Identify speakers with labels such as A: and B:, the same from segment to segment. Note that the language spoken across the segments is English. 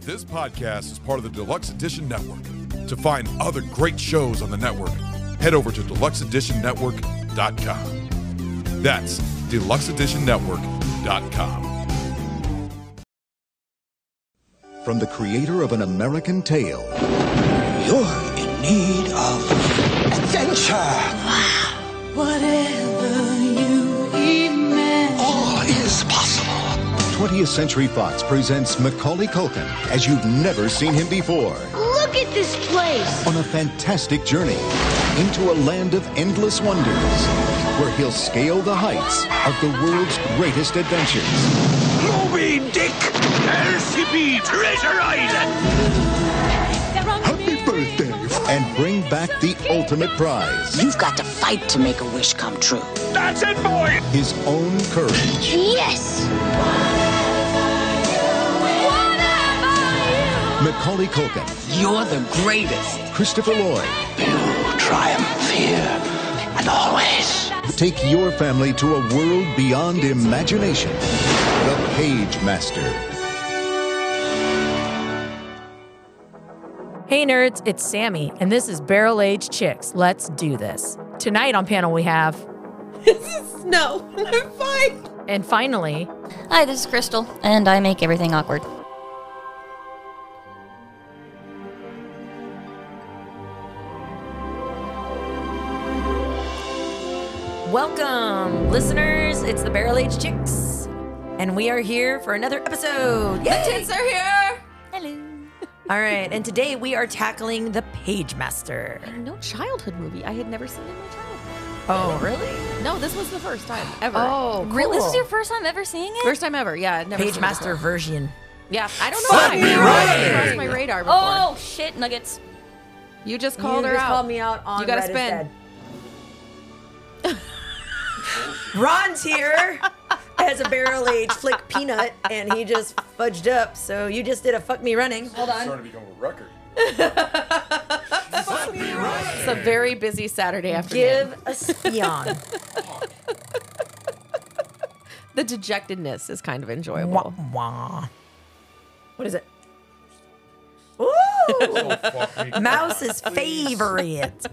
A: This podcast is part of the Deluxe Edition Network. To find other great shows on the network, head over to deluxeeditionnetwork.com. That's deluxeeditionnetwork.com.
B: From the creator of An American Tale
C: You're in need of adventure.
D: Whatever you imagine.
C: All is possible.
B: 20th Century Fox presents Macaulay Culkin as you've never seen him before
E: Look at this place.
B: on a fantastic journey into a land of endless wonders where he'll scale the heights of the world's greatest adventures.
C: Moby Dick, LCB Treasure Island.
D: Happy
B: And bring back the ultimate prize,
F: You've got to fight to make a wish come true.
C: That's it, boy.
B: his own courage.
E: Yes.
B: Macaulay Culkin,
F: You're the greatest.
B: Christopher Lloyd,
C: Triumph here and always.
B: take your family to a world beyond imagination. The Page Master.
G: Hey nerds, it's Sammy, and this is Barrel Age Chicks. Let's do this. Tonight on panel, we have.
H: No, I'm fine.
G: And finally,
I: Hi, this is Crystal, and I make everything awkward.
G: welcome, listeners. It's the Barrel Age Chicks, and we are here for another episode.
H: The tits are here.
G: All right, and today we are tackling the Page Master.
H: No childhood movie I had never seen in my childhood.
G: Oh, really?
H: No, this was the first time ever.
G: Oh, cool.
I: Really? This is your first time ever seeing it?
H: First time ever, yeah. I'd Never
G: Page
H: seen it
G: Master
H: before.
G: version.
H: Yeah, I don't know. Let me right. Crossed my radar before.
I: Oh, shit, Nuggets.
H: you just called
G: You
H: her
G: just
H: out.
G: called me out on
H: You gotta
G: Red is
H: spin.
G: Dead. Ron's here as a barrel aged flick peanut, and he just fudged up. So you just did a fuck me running. Hold on.
A: Starting to become a record.
H: It's a very busy Saturday afternoon.
G: Give a spion.
H: The dejectedness is kind of enjoyable.
G: wah, wah. What is it? Ooh, Mouse's favorite.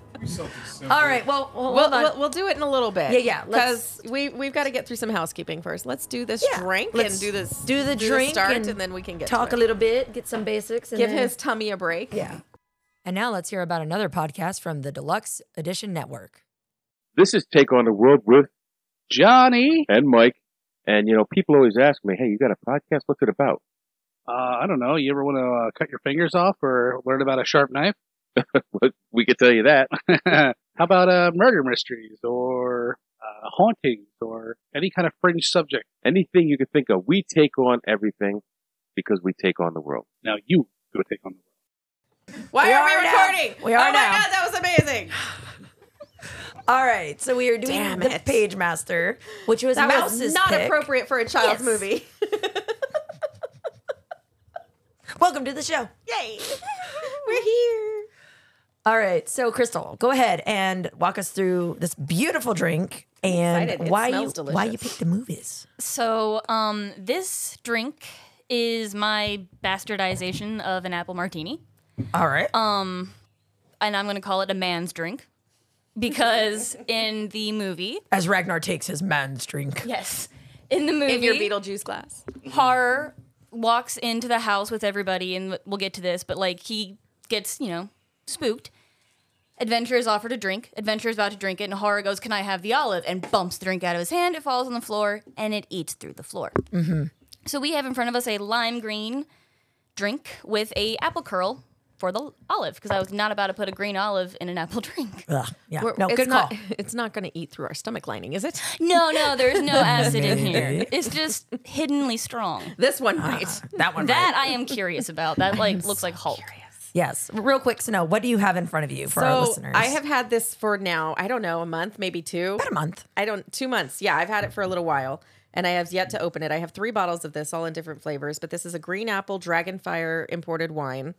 G: All right, well, well,
H: We'll,
G: hold on.
H: we'll, we'll do it in a little bit.
G: Yeah, yeah, let's-
H: Because we we've got to get through some housekeeping first. Let's do this
G: Yeah,
H: drink
G: let's
H: and do this.
G: Do the drink
H: start,
G: and,
H: and, then we can get
G: talk
H: to
G: a
H: it.
G: little bit, get some basics. And
H: Give
G: then-
H: his tummy a break.
G: yeah. And now let's hear about another podcast from the Deluxe Edition Network.
J: This is Take on the World with Johnny and Mike. And, you know, people always ask me, hey, you got a podcast? What's it about? Uh, I don't know. You ever want to uh, cut your fingers off or learn about a sharp knife? we could tell you that. How about uh, murder mysteries or uh, hauntings or any kind of fringe subject? Anything you could think of. We take on everything because we take on the world. Now you go take on the world.
H: Why
G: We
H: are we
G: are now.
H: recording?
G: We are
H: oh
G: now.
H: my god, that was amazing.
G: All right, so we are doing
H: Damn
G: the
H: it.
G: Page Master, which was
H: That
G: Mouse's
H: was not
G: pick.
H: appropriate for a child's
G: Yes.
H: movie.
G: Welcome to the show.
H: Yay. We're here.
G: All right, so Crystal, go ahead and walk us through this beautiful drink
H: excited.
G: and
H: It
G: why you
H: smells
G: why you
H: delicious.
G: picked the movies.
I: So, um, this drink is my bastardization of an apple martini,
G: All right,
I: and I'm going to call it a man's drink because in the movie,
G: as Ragnar takes his man's drink.
I: yes, in the movie,
H: In your Beetlejuice glass.
I: Har walks into the house with everybody, and we'll get to this, but like he gets, you know, spooked. Adventure is offered a drink. Adventure is about to drink it, and Har goes, Can I have the olive? and bumps the drink out of his hand. It falls on the floor, and it eats through the floor. Mm-hmm. So we have in front of us a lime green drink with a apple curl for the olive, because I was not about to put a green olive in an apple drink.
G: Ugh, yeah,
H: We're-
G: no,
H: it's
G: good
H: not,
G: call.
H: It's not going to eat through our stomach lining, is it?
I: No, no, there's no acid in here. It's just hiddenly strong.
H: This one might.
G: That one.
I: That
G: right.
I: I am curious about. That like looks like Hulk.
G: yes. Real quick, Snow, what do you have in front of you for our
H: So
G: listeners?
H: I have had this for now, I don't know, a month, maybe two.
G: about a month.
H: I don't, two months. Yeah, I've had it for a little while and I have yet to open it. I have three bottles of this, all in different flavors, but this is a green apple dragonfire imported wine.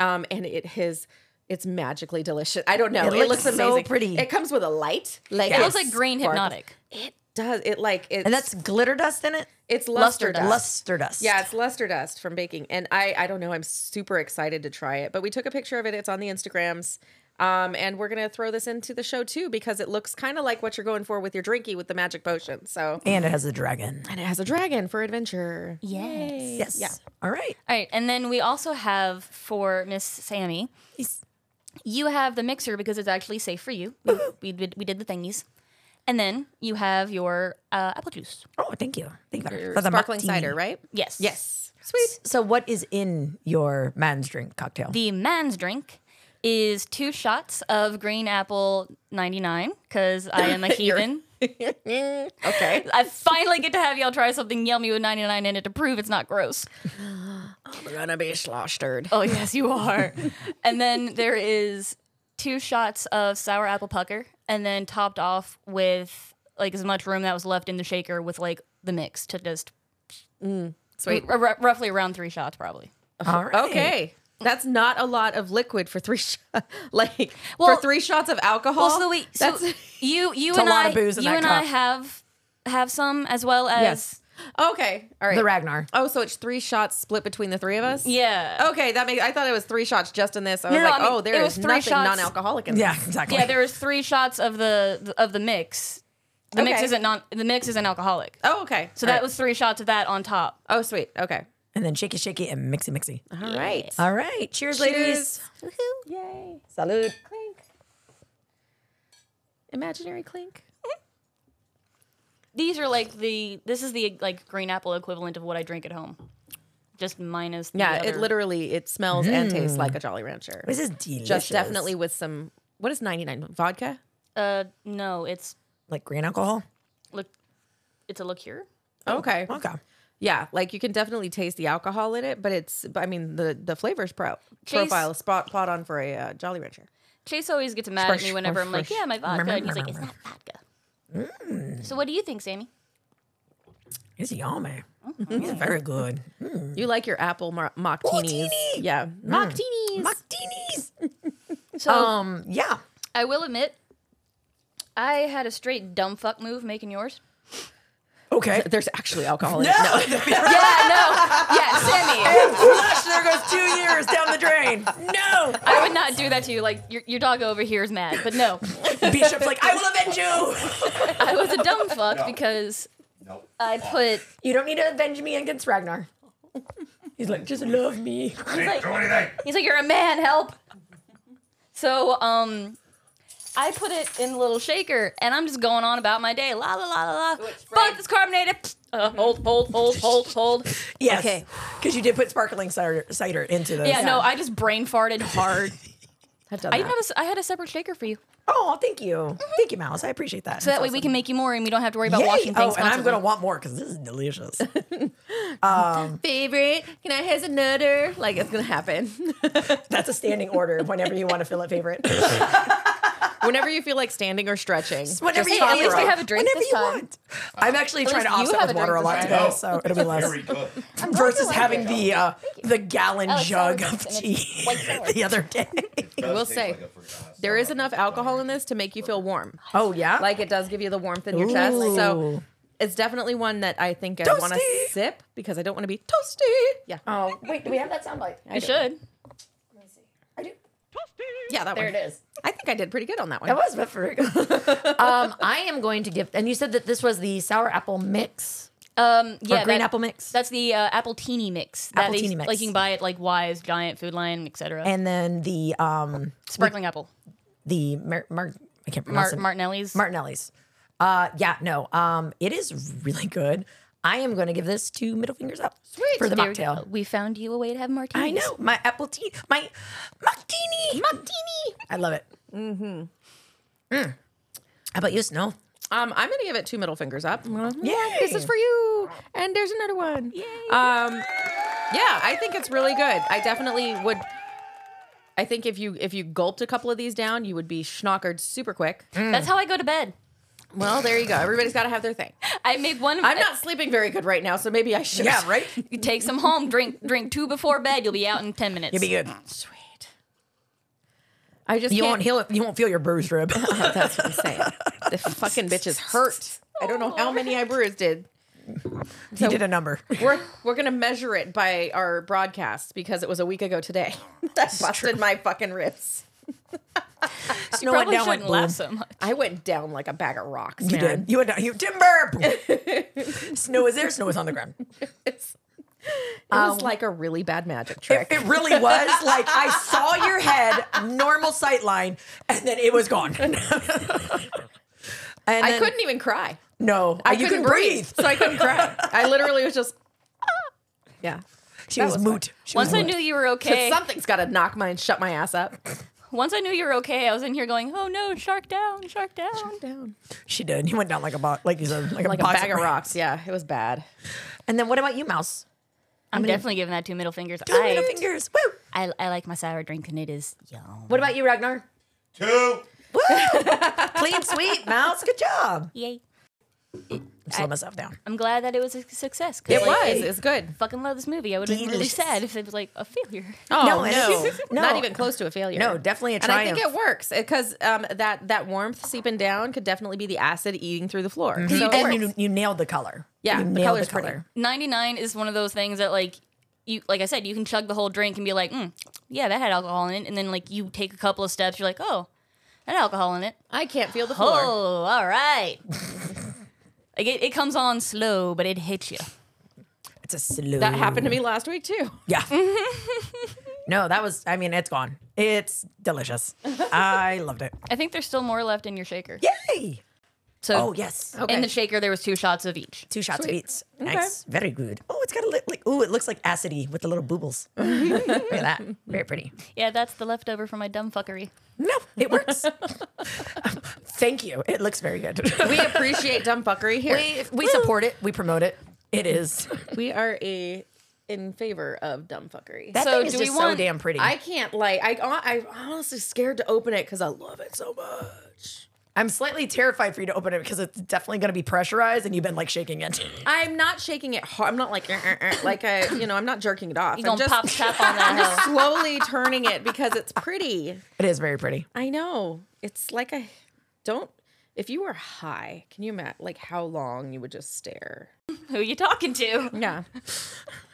H: Um, and it has, it's magically delicious. I don't know.
G: It
H: It,
G: looks
H: looks
G: so
H: amazing.
G: pretty.
H: It comes with a light. Like
I: It looks like green
H: sparkles.
I: hypnotic.
H: It does it like it's
G: And that's glitter dust in it?
H: it's luster,
I: luster
H: dust.
G: Luster dust.
H: Yeah, it's luster dust from baking, and I I don't know. I'm super excited to try it, but we took a picture of it. It's on the Instagrams. Um, and we're gonna throw this into the show too because it looks kind of like what you're going for with your drinky with the magic potion. So
G: And it has a dragon.
H: and it has a dragon for adventure.
I: Yes.
G: Yes. All right.
I: All right, and then we also have for Miss Sammy. You have the mixer because it's actually safe for you. We, we, did- we did the thingies, and then you have your uh, apple juice.
G: Oh, thank you. Thank you.
H: Your
G: For the
H: sparkling
G: martini.
H: cider, right?
I: Yes.
H: Yes. Sweet.
G: So what is in your man's drink cocktail?
I: The man's drink is two shots of green apple 99 because I am a heathen.
H: Okay.
I: I finally get to have y'all try something yummy with 99 in it to prove it's not gross.
H: We're gonna be slostered.
I: Oh, yes, you are. and then there is two shots of sour apple pucker, and then topped off with like as much room that was left in the shaker with like the mix to just
G: Mm.
H: Sweet.
I: r- r- roughly around three shots, probably.
G: All right.
H: Okay. That's not a lot of liquid for three sh- like
I: Well-
H: for three shots of alcohol.
I: Well, so we, so
H: That's-
I: you, you
G: a
I: and
G: lot
I: I,
G: of booze in
I: you
G: that
I: and I
G: cup.
I: have have some as well as
H: Yes. okay. All right.
G: The Ragnar.
H: Oh, so it's three shots split between the three of us?
I: yeah.
H: Okay, that makes I thought it was three shots just in this. I was
I: No, no,
H: like,
I: I mean,
H: oh, there
I: it
H: is
I: was three
H: nothing
I: shots.
H: non-alcoholic in
G: Yeah,
H: this.
G: exactly.
I: Yeah, there was three shots of the of the mix. The mix
H: Okay.
I: isn't non. The mix isn't alcoholic.
H: Oh, okay.
I: So
H: All
I: that
H: right.
I: was three shots of that on top.
H: Oh, sweet. Okay.
G: and then shaky shaky and mixy mixy.
H: All right.
G: All right. Cheers, ladies.
H: Yay.
G: Salud.
H: Clink. Imaginary clink.
I: These are like the. This is the like green apple equivalent of what I drink at home, just minus. The
H: Yeah, it
I: other-
H: literally it smells and tastes like a Jolly Rancher.
G: Mm. This is delicious.
H: Just definitely with some what is 99 vodka?
I: Uh, no, it's
G: like green alcohol.
I: look. It's a liqueur.
H: okay.
G: Okay.
H: Yeah, like you can definitely taste the alcohol in it, but it's but I mean the the flavors pro
I: Chase-
H: profile is spot spot on for a uh, Jolly Rancher.
I: Chase always gets mad at me
H: Fresh,
I: whenever I'm like,
H: fresh. Mm.
I: "Yeah, my vodka," and he's like, "It's not vodka." So what do you think, Sammy?
G: It's yummy.
H: Mm-hmm.
G: It's very good.
H: You like your apple mar- martinis.
G: Martini!
H: Yeah. Martinis.
G: Martinis.
I: So
G: Um, yeah.
I: I will admit, I had a straight dumb fuck move making yours.
G: Okay.
H: There's actually alcohol in it.
I: Yeah, no. Yeah, Sammy.
G: Flush, there goes two years down the drain. No.
I: I would not do that to you. Like, your, your dog over here is mad. But no,
G: Bishop's like, I will avenge you.
I: I was a dumb fuck because I put.
G: You don't need to avenge me against Ragnar. He's like, just love me.
I: He's like, he's like, you're a man, help. So, um. I put it in a little shaker, and I'm just going on about my day. La la la la la. Fuck this carbonated. Psst. Uh, hold, hold, hold, hold, hold.
G: Yes.
I: Okay.
G: Because you did put sparkling cider, cider into this.
I: Yeah, no, I just brain farted hard.
H: I've done
I: I
H: that.
I: even had a, I had a separate shaker for you,
G: Oh, thank you. Thank you, Mouse. I appreciate that.
I: so that way we can make you more, and we don't have to worry about washing
G: Oh,
I: things.
G: and I'm
I: constantly.
G: going to want more because this is delicious.
H: favorite. Can I has another? Like it's gonna happen.
G: That's a standing order whenever you want to fill it favorite.
H: Whenever you feel like standing or stretching.
G: Whenever
I: Hey,
G: you
I: at
G: want.
I: least
G: bro.
I: we have a drink
G: Whenever
I: this
G: you
I: time.
G: want. I'm actually trying to
I: least you
G: offset
I: have
G: with
I: a
G: water a
I: drink
G: lot
I: this
G: today,
I: time.
G: so it'll be less. Versus having the uh, the gallon
I: Alex,
G: jug
I: sour
G: of
I: grapes, and
G: tea
I: it's white sour.
G: the other day.
H: I will say there is enough alcohol in this to make you feel warm.
G: Oh yeah,
H: Like it does give you the warmth in your chest. So
G: Ooh.
H: it's definitely one that I think I want to
G: Toasty.
H: sip because I don't want to be toasty. Yeah.
G: oh wait, do we have that soundbite? I
I: You should.
G: I do.
H: Yeah, that
G: There
H: one.
G: it is.
H: I think I did pretty good on that one.
K: That was but for um, I am going to give. And you said that this was the sour apple mix.
I: Um, yeah,
G: green
I: that-
G: apple mix?
I: That's the uh, apple teeny mix. that
G: Appletini
I: they,
G: mix.
I: Like you can buy it like Wise, Giant, Food Lion, etc.
G: And then the um
I: sparkling apple,
G: the mar- mar- I can't pronounce
I: Mar-
G: it.
I: Martinelli's.
G: Martinelli's. Uh, yeah, no. Um, it is really good. I am going to give this two middle fingers up Sweet. for the
I: There we go.
G: mocktail.
I: Uh, We found you a way to have martinis.
G: I know my apple tea, my martini, martini. I love it. Mm-hmm. How about you, Snow?
H: Um, I'm gonna give it two middle fingers up.
G: Mm-hmm. Yay.
H: This is for you. And there's another one. Yay. Um, yeah, I think it's really good. I definitely would. I think if you if you gulped a couple of these down, you would be schnockered super quick.
G: Mm.
I: That's how I go to bed.
H: Well, there you go. Everybody's got to have their thing.
I: I make one.
H: I'm not sleeping very good right now, so maybe I should.
G: Yeah, right.
I: You take some home. Drink drink two before bed. You'll be out in ten minutes.
G: You'll be good.
H: I just
G: You
H: can't
G: won't heal. You won't feel your bruised rib.
H: That's what I'm saying. the fucking bitches hurt. I don't know how many I brewers did.
G: He did a number.
H: We're we're gonna measure it by our broadcast because it was a week ago today. that busted my fucking ribs.
G: You know what? Down went boom.
H: I went down like a bag of rocks.
G: You
H: man.
G: did. You went down. You timber. Boom. snow is there. Snow is on the ground.
H: It was like a really bad magic
G: It,
H: trick.
G: it really was. Like I saw your head, normal sight line, and then it was gone. and
H: I
G: then-
H: couldn't even cry.
G: No,
H: I
G: you
H: Uh, couldn't breathe, so I couldn't cry. I literally was just yeah.
G: She
H: That
G: was,
H: was
G: moot. She
I: Once
G: was
I: I
G: moot.
I: knew you were
H: 'Cause
I: okay.
H: Something's got to knock mine, shut my ass up.
I: Once I knew you were okay, I was in here going, "Oh no, shark down, shark down."
H: Down
G: she did. He went down like a bo- like he said, like,
H: like
G: a,
H: a
G: box
H: bag of rocks. Yeah, it was bad.
G: And then what about you, Mouse?
I: I'm definitely giving that two middle fingers.
G: Two
I: I,
G: middle fingers. Woo.
I: I I like my sour drink and it is yum.
K: What about you, Ragnar?
L: Two.
G: Clean sweet, Mouse. Good job.
I: Yay!
G: Slow myself down.
I: I'm glad that it was a success. 'cause,
H: It
I: like, I
H: was. It was good.
I: fucking love this movie. I would have been really
G: Delicious.
I: sad if it was like a failure.
H: Oh
G: No,
H: no,
G: it is- no.
H: not even close to a failure.
G: No, definitely a
H: And I think
G: triumph.
H: it works because um, that that warmth seeping down could definitely be the acid eating through the floor. So it
G: and
H: works.
G: you, you nailed the color.
H: Yeah,
G: you
H: the
G: nailed
H: color's pretty.
I: 99 is one of those things that like you like I said, you can chug the whole drink and be like, mm, yeah, that had alcohol in it, and then like you take a couple of steps, you're like, oh, that had alcohol in it.
H: I can't feel the floor.
I: Oh, all right. like it, it comes on slow, but it hits you.
G: It's a slow.
H: That happened to me last week too.
G: Yeah. no, that was. I mean, it's gone. It's delicious. I loved it.
I: I think there's still more left in your shaker.
G: Yay!
I: So
G: Oh yes,
H: Okay.
I: in the shaker there was two shots of each.
G: two shots of eats. Nice, very good. Oh, it's got a little. Like, ooh, it looks like acidy with the little boobles. Look at that. Very pretty.
I: Yeah, that's the leftover from my dumb fuckery.
G: No, it works. Thank you. It looks very good.
H: we appreciate dumb fuckery here.
G: we we support it. We promote it. It is.
H: We are a in favor of dumb fuckery.
G: That
I: So
G: thing is
I: do we
G: just so
I: want-
G: damn pretty.
H: I can't like I I I'm honestly scared to open it because I love it so much.
G: I'm slightly terrified for you to open it because it's definitely going to be pressurized, and you've been like shaking it.
H: I'm not shaking it hard. I'm not like "Eh, eh, eh," like I you know I'm not jerking it off.
I: You
H: I'm
I: gonna
H: just
I: pop tap on that hill.
H: slowly turning it because it's pretty.
G: It is very pretty.
H: I know it's like I don't. If you were high, can you imagine like how long you would just stare?
I: Who you talking to?
H: Yeah,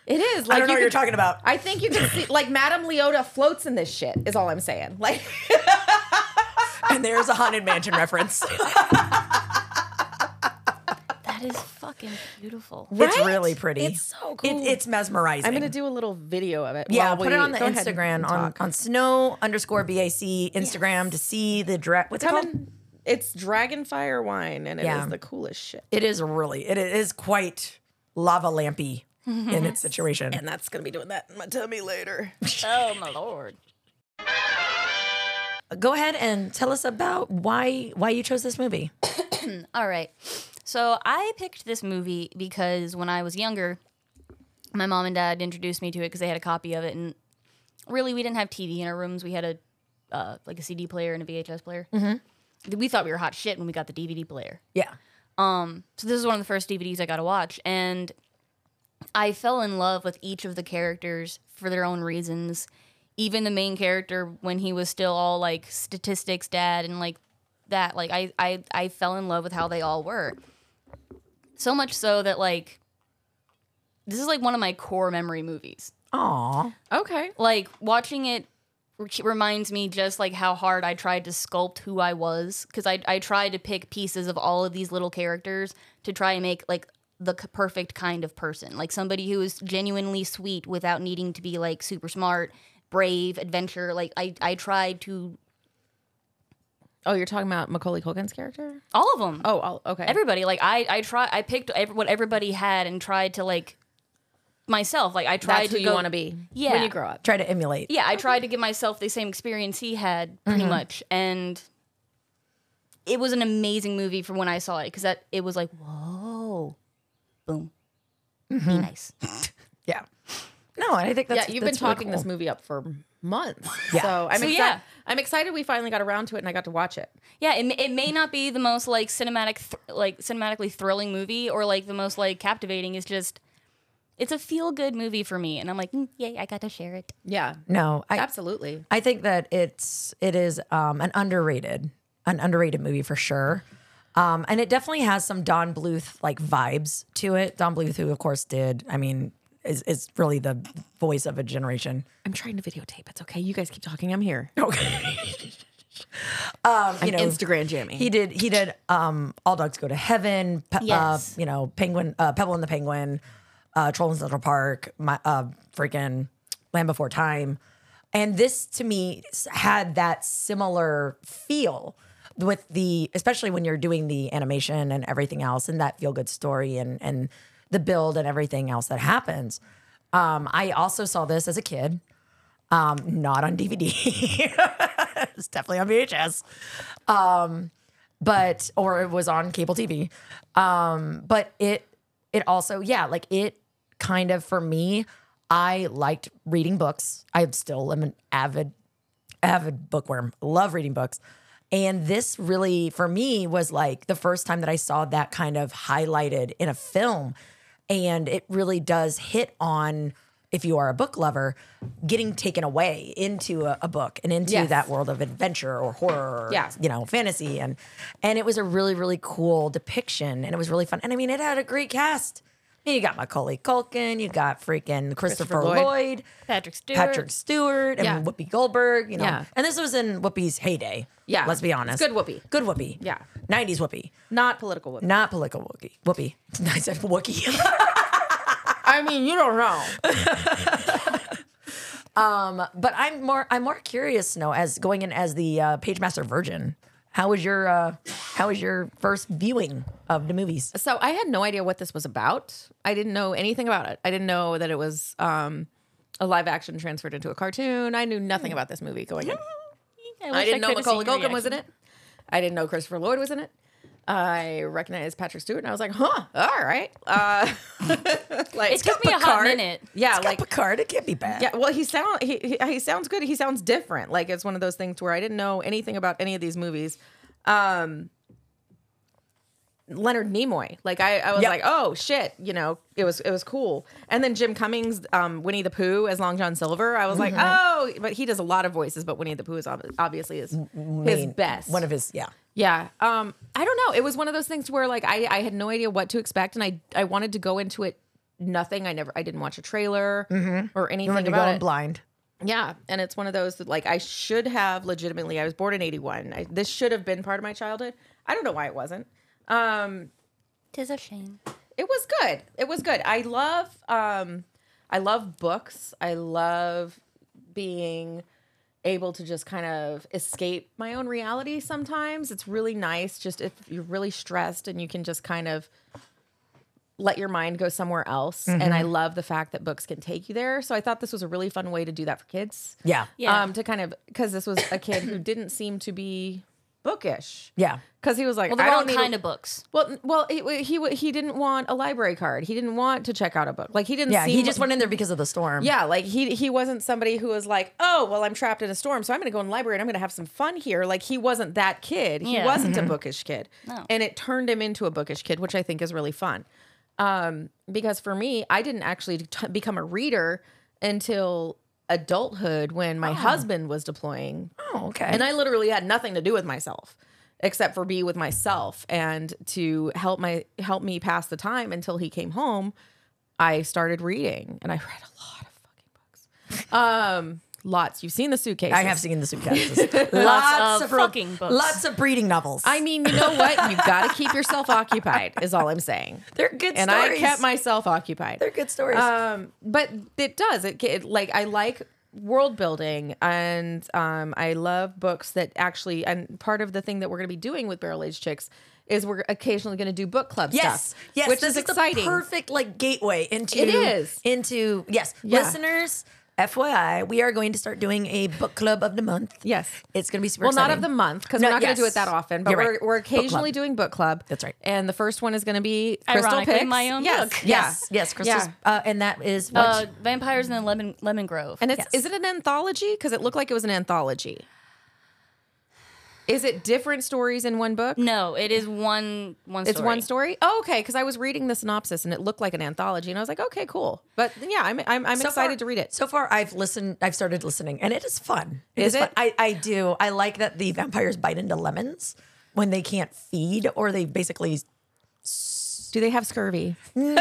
H: it is. Like
G: I don't know
H: you
G: what you're
H: could-
G: talking about.
H: I think you can see like Madame Leota floats in this shit. Is all I'm saying. Like
G: and there's a haunted mansion reference.
I: That is fucking beautiful.
G: It's
H: Right?
G: really pretty.
H: It's so
G: It-
H: cool.
G: it's mesmerizing.
H: I'm gonna do a little video of it.
G: Yeah,
H: while
G: put
H: we-
G: it on the
H: go ahead and
G: Instagram on,
H: talk.
G: on snow underscore bac Instagram to see the direct. What's it called?
H: Coming. It's Dragonfire wine, and it is
G: Yeah.
H: the coolest shit.
G: It is really. It is quite lava lampy in its situation.
H: And that's gonna be doing that in my tummy later.
I: Oh my lord.
G: Go ahead and tell us about why why you chose this movie.
I: All right. So I picked this movie because when I was younger, my mom and dad introduced me to it because they had a copy of it, and really we didn't have TV in our rooms. We had a uh, like a CD player and a VHS player. Mm-hmm. We thought we were hot shit when we got the DVD player.
G: Yeah,
I: Um, So this is one of the first DVDs I got to watch, and I fell in love with each of the characters for their own reasons. Even the main character, when he was still all like statistics dad and like that, like I I I fell in love with how they all were. So much so that like this is like one of my core memory movies.
H: Okay.
I: Like watching it re- reminds me just like how hard I tried to sculpt who I was because I I tried to pick pieces of all of these little characters to try and make like the c- perfect kind of person, like somebody who is genuinely sweet without needing to be like super smart, brave, adventure. Like I I tried to
H: Oh, you're talking about Macaulay Culkin's character?
I: all of them.
H: Oh, I'll, okay.
I: everybody like i i try i picked ev- what everybody had and tried to like myself like i tried
H: That's
I: to
H: who you
I: go-
H: want to be
I: Yeah.
H: when you grow up.
G: try to emulate.
I: yeah i tried to give myself the same experience he had pretty
H: Mm-hmm.
I: much and it was an amazing movie from when i saw it because that it was like whoa boom
H: Mm-hmm.
I: be nice
G: Yeah. No, and I think that's
H: yeah, you've been talking this movie up for months. So I'm
I: So,
H: excited.
I: yeah.
H: I'm excited we finally got around to it and I got to watch it.
I: yeah it, ma- it may not be the most like cinematic thr like cinematically thrilling movie or like the most like captivating it's just it's a feel good movie for me and i'm like mm, yay i got to share it
H: Yeah.
G: No, I,
H: Absolutely.
G: I think that it's it is um, an underrated an underrated movie for sure. Um, and it definitely has some Don Bluth like vibes to it. Don Bluth, who of course did, I mean, is, is really the voice of a generation.
H: I'm trying to videotape. It's okay. You guys keep talking. I'm here.
G: Okay. um,
H: I'm Instagram jamming.
G: He did. He did. Um, All dogs go to heaven. Pe-
H: Yes.
G: Uh, you know, penguin. Uh, Pebble and the Penguin. Uh, Troll in Central Park. My uh, freaking Land Before Time. And this to me s- had that similar feel with the, especially when you're doing the animation and everything else, and that feel good story and and the build and everything else that happens. Um, I also saw this as a kid, um, not on DVD. it's definitely on VHS. Um, but or it was on cable TV. Um, but it it also, yeah, like it kind of for me, I liked reading books. I still am an avid, avid bookworm. Love reading books. And this really, for me, was like the first time that I saw that kind of highlighted in a film. And it really does hit on, if you are a book lover, getting taken away into a, a book and into
H: Yes.
G: that world of adventure or horror, or,
H: Yeah.
G: you know, fantasy. And and it was a really, really cool depiction. And it was really fun. And I mean, it had a great cast. I mean, you got Macaulay Culkin, you got freaking Christopher,
I: Christopher Lloyd.
G: Lloyd,
I: Patrick Stewart.
G: Patrick Stewart, and
I: Yeah.
G: Whoopi Goldberg, you know.
H: Yeah.
G: And this was in Whoopi's heyday.
H: Yeah.
G: Let's be
H: It's
G: honest.
H: good Whoopi.
G: Good Whoopi.
H: Yeah.
G: 90s Whoopi.
H: Not political women.
G: Not political Whoopi. Whoopi. I said Wookie.
H: I mean, you don't know.
G: um, but I'm more I'm more curious to know as going in as the uh, Page Master Virgin. How was your uh, how was your first viewing of the movies?
H: So I had no idea what this was about. I didn't know anything about it. I didn't know that it was um, a live action transferred into a cartoon. I knew nothing about this movie going in.
I: I,
H: I,
I: wish
H: didn't know
I: could've seen
H: Macaulay
I: your
H: Culkin was in it.
I: reaction.
H: I didn't know Christopher Lloyd was in it. I recognized Patrick Stewart, and I was like, "Huh, all right." Uh, like
I: It took me a hot
H: Picard.
I: minute.
H: Yeah,
G: It's got
H: like
G: Picard, it can't be bad.
H: yeah. Well, he sound he, he he sounds good. He sounds different. Like it's one of those things where I didn't know anything about any of these movies. Um, Leonard Nimoy. Like I, I was
G: Yep.
H: like, oh shit, you know, it was it was cool. And then Jim Cummings, um, Winnie the Pooh as Long John Silver. I was like,
G: Mm-hmm.
H: oh, but he does a lot of voices, but Winnie the Pooh is ob- obviously is his
G: mean,
H: best.
G: One of his yeah.
H: Yeah. Um, I don't know. It was one of those things where like I, I had no idea what to expect and I I wanted to go into it nothing. I never I didn't watch a trailer or
G: Mm-hmm. You
H: anything
G: wanted to
H: about
G: go in
H: it.
G: blind.
H: Yeah. And it's one of those that like I should have legitimately I was born in 81. I, this should have been part of my childhood. I don't know why it wasn't. Um
I: Tis a shame.
H: it was good. It was good. I love um I love books. I love being able to just kind of escape my own reality sometimes. It's really nice just if you're really stressed and you can just kind of let your mind go somewhere else. And I love the fact that books can take you there. So I thought this was a really fun way to do that for kids.
G: Yeah. Uh,
I: Yeah.
H: Um to kind of cuz this was a kid who didn't seem to be bookish.
G: Yeah.
H: Cuz he was like
I: Well, the
H: I
I: wrong
H: don't need
I: kind
H: a-
I: of books.
H: well, n- well, he, he he didn't want a library card. He didn't want to check out a book. Like he didn't.
G: Yeah.
H: seem,
G: He just went in there because of the storm.
H: Yeah, like he he wasn't somebody who was like, oh, well, I'm trapped in a storm, so I'm going to go in the library and I'm going to have some fun here. Like he wasn't that kid. He
I: Yeah. Mm-hmm.
H: wasn't a bookish kid,
I: No.
H: and it turned him into a bookish kid, which I think is really fun. Um, because for me, I didn't actually t- become a reader until adulthood when
I: Oh.
H: my husband was deploying
G: Oh, okay.
H: and I literally had nothing to do with myself except for be with myself and to help my help me pass the time until he came home. I started reading and I read a lot of fucking books. Um lots. You've seen the suitcase.
G: I have seen the suitcases. lots,
I: Lots of
G: ro-
I: fucking books.
G: Lots of breeding novels.
H: I mean, you know what? You got to keep yourself occupied is all I'm saying.
G: they're good
H: and
G: stories.
H: I kept myself occupied.
G: They're good stories.
H: Um, but it does. It, it like I like world building, and um, I love books that actually. And part of the thing that we're going to be doing with Barrel Age Chicks is we're occasionally going to do book club
G: yes.
H: stuff,
G: Yes.
H: which
G: this
H: is
G: the
H: exciting.
G: perfect like gateway into
H: It is.
G: into yes.
H: Yeah.
G: Listeners, FYI, we are going to start doing a book club of the month.
H: Yes.
G: It's gonna be super
H: well,
G: exciting.
H: not of the month because
G: No,
H: we're not going to do
G: yes.
H: it that often, but
G: You're right.
H: we're, we're
G: Book club.
H: occasionally doing book club.
G: That's right.
H: And the first one is going to be Crystal
I: Ironically,
H: Picks.
I: my own
H: yes.
I: book.
G: Yes, yes, Crystal's,
H: Yeah.
G: uh, and that is what
I: Uh, Vampires in the Lemon Lemon Grove.
H: And it's
G: Yes.
H: is it an anthology? Because it looked like it was an anthology. Is it different stories in one book?
I: no, it is one one. Story.
H: It's one story. Oh, okay. Because I was reading the synopsis and it looked like an anthology, and I was like, okay, cool. But yeah, I'm I'm, I'm
G: So
H: excited
G: far-
H: to read it.
G: So far, I've listened. I've started listening, and it is fun.
H: Is
G: is fun.
H: it?
G: I, I do. I like that the vampires bite into lemons. when they can't feed or they basically
H: Do they have scurvy?
G: maybe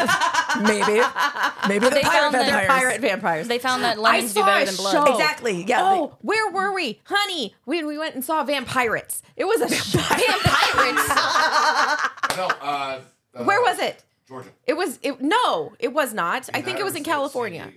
G: maybe the
H: They
G: pirate
H: found that-
G: vampires.
H: pirate vampires.
I: They found that
H: I
I: lemons do
H: saw
I: better
H: a
I: than blood.
H: show.
G: Exactly, yeah,
H: Oh, where were we, honey? When we went and saw vampires. It was a sh- vampires.
B: No, uh, uh,
H: where was it?
B: Georgia.
H: It was. It, no, it was not. I think it was in California.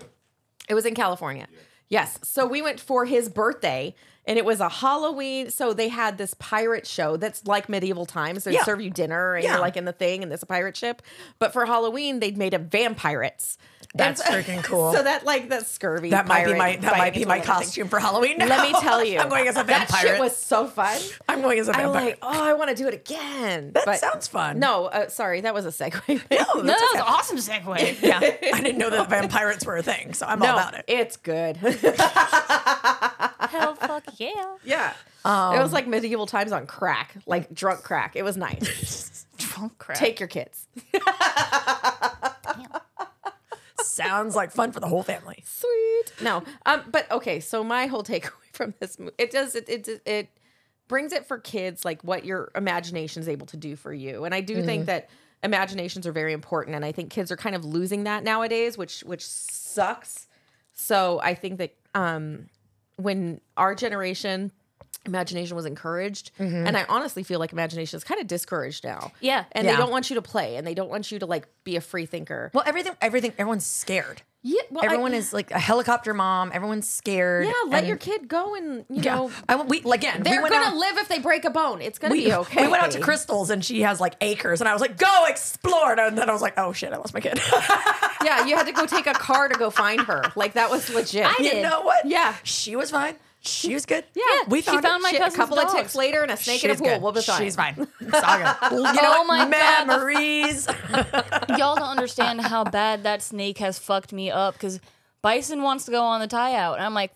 H: It was in California. Yes. So we went for his birthday and it was a Halloween. So they had this pirate show that's like medieval times. They
G: Yeah.
H: serve you dinner and
G: Yeah.
H: you're like in the thing and there's a pirate ship. But for Halloween, they'd made a vampires.
G: That's
H: And-
G: freaking cool.
H: So that like that scurvy.
G: That might be
H: pirate
G: my that
H: biting
G: might be
H: into
G: my
H: another thing.
G: costume for Halloween.
H: Let me tell you,
G: I'm going as a
H: That shit
G: vampire.
H: was so fun.
G: I'm going as a
H: I'm
G: vampire.
H: like, oh, I want to do it again.
G: That sounds fun.
H: No, uh, sorry, that was a segue.
G: no, that's
I: No, that
G: okay.
I: was an awesome segue.
G: yeah, I didn't know that vampires were a thing, so I'm all about it.
H: It's good.
I: Hell, fuck yeah.
H: yeah. it
G: Um,
H: was like medieval times on crack, like drunk crack. It was nice.
I: Drunk crap.
H: Take your kids.
G: Sounds like fun for the whole family.
H: Sweet. No. Um. But okay. So my whole takeaway from this, mo- it does it it it brings it for kids like what your imagination's able to do for you, and I do think that imaginations are very important, and I think kids are kind of losing that nowadays, which which sucks. So I think that um when our generation imagination was encouraged and i honestly feel like imagination is kind of discouraged now
I: Yeah.
H: and they
G: Yeah.
H: don't want you to play and they don't want you to like be a free thinker
G: Well, everything, everything, everyone's scared.
H: yeah well, I-
G: Everyone is like a helicopter mom. Everyone's scared.
H: Yeah, let
G: and-
H: your kid go and you
G: Yeah,
H: know
G: I, we again.
H: they're
G: we went
H: gonna
G: out,
H: live if they break a bone. It's gonna
G: we,
H: be okay.
G: we went out to Crystal's and she has like acres, and I was like, "Go explore!" And then I was like, "Oh shit, I lost my kid."
H: Yeah, you had to go take a car to go find her. Like that was legit.
I: I
G: you
I: did.
G: know what?
H: Yeah.
G: she was fine. She was good.
H: Yeah,
G: we
I: she
G: found,
I: found
G: her.
I: my
H: Shit, a
I: cousin's
H: couple
I: dogs.
H: of ticks later and a snake in a
G: She's
H: pool.
G: good.
H: We'll be fine.
G: She's fine. It's all good. You know
I: Oh
G: what?
I: my God.
G: memories.
I: Y'all don't understand how bad that snake has fucked me up because Bison wants to go on the tie out. And I'm like,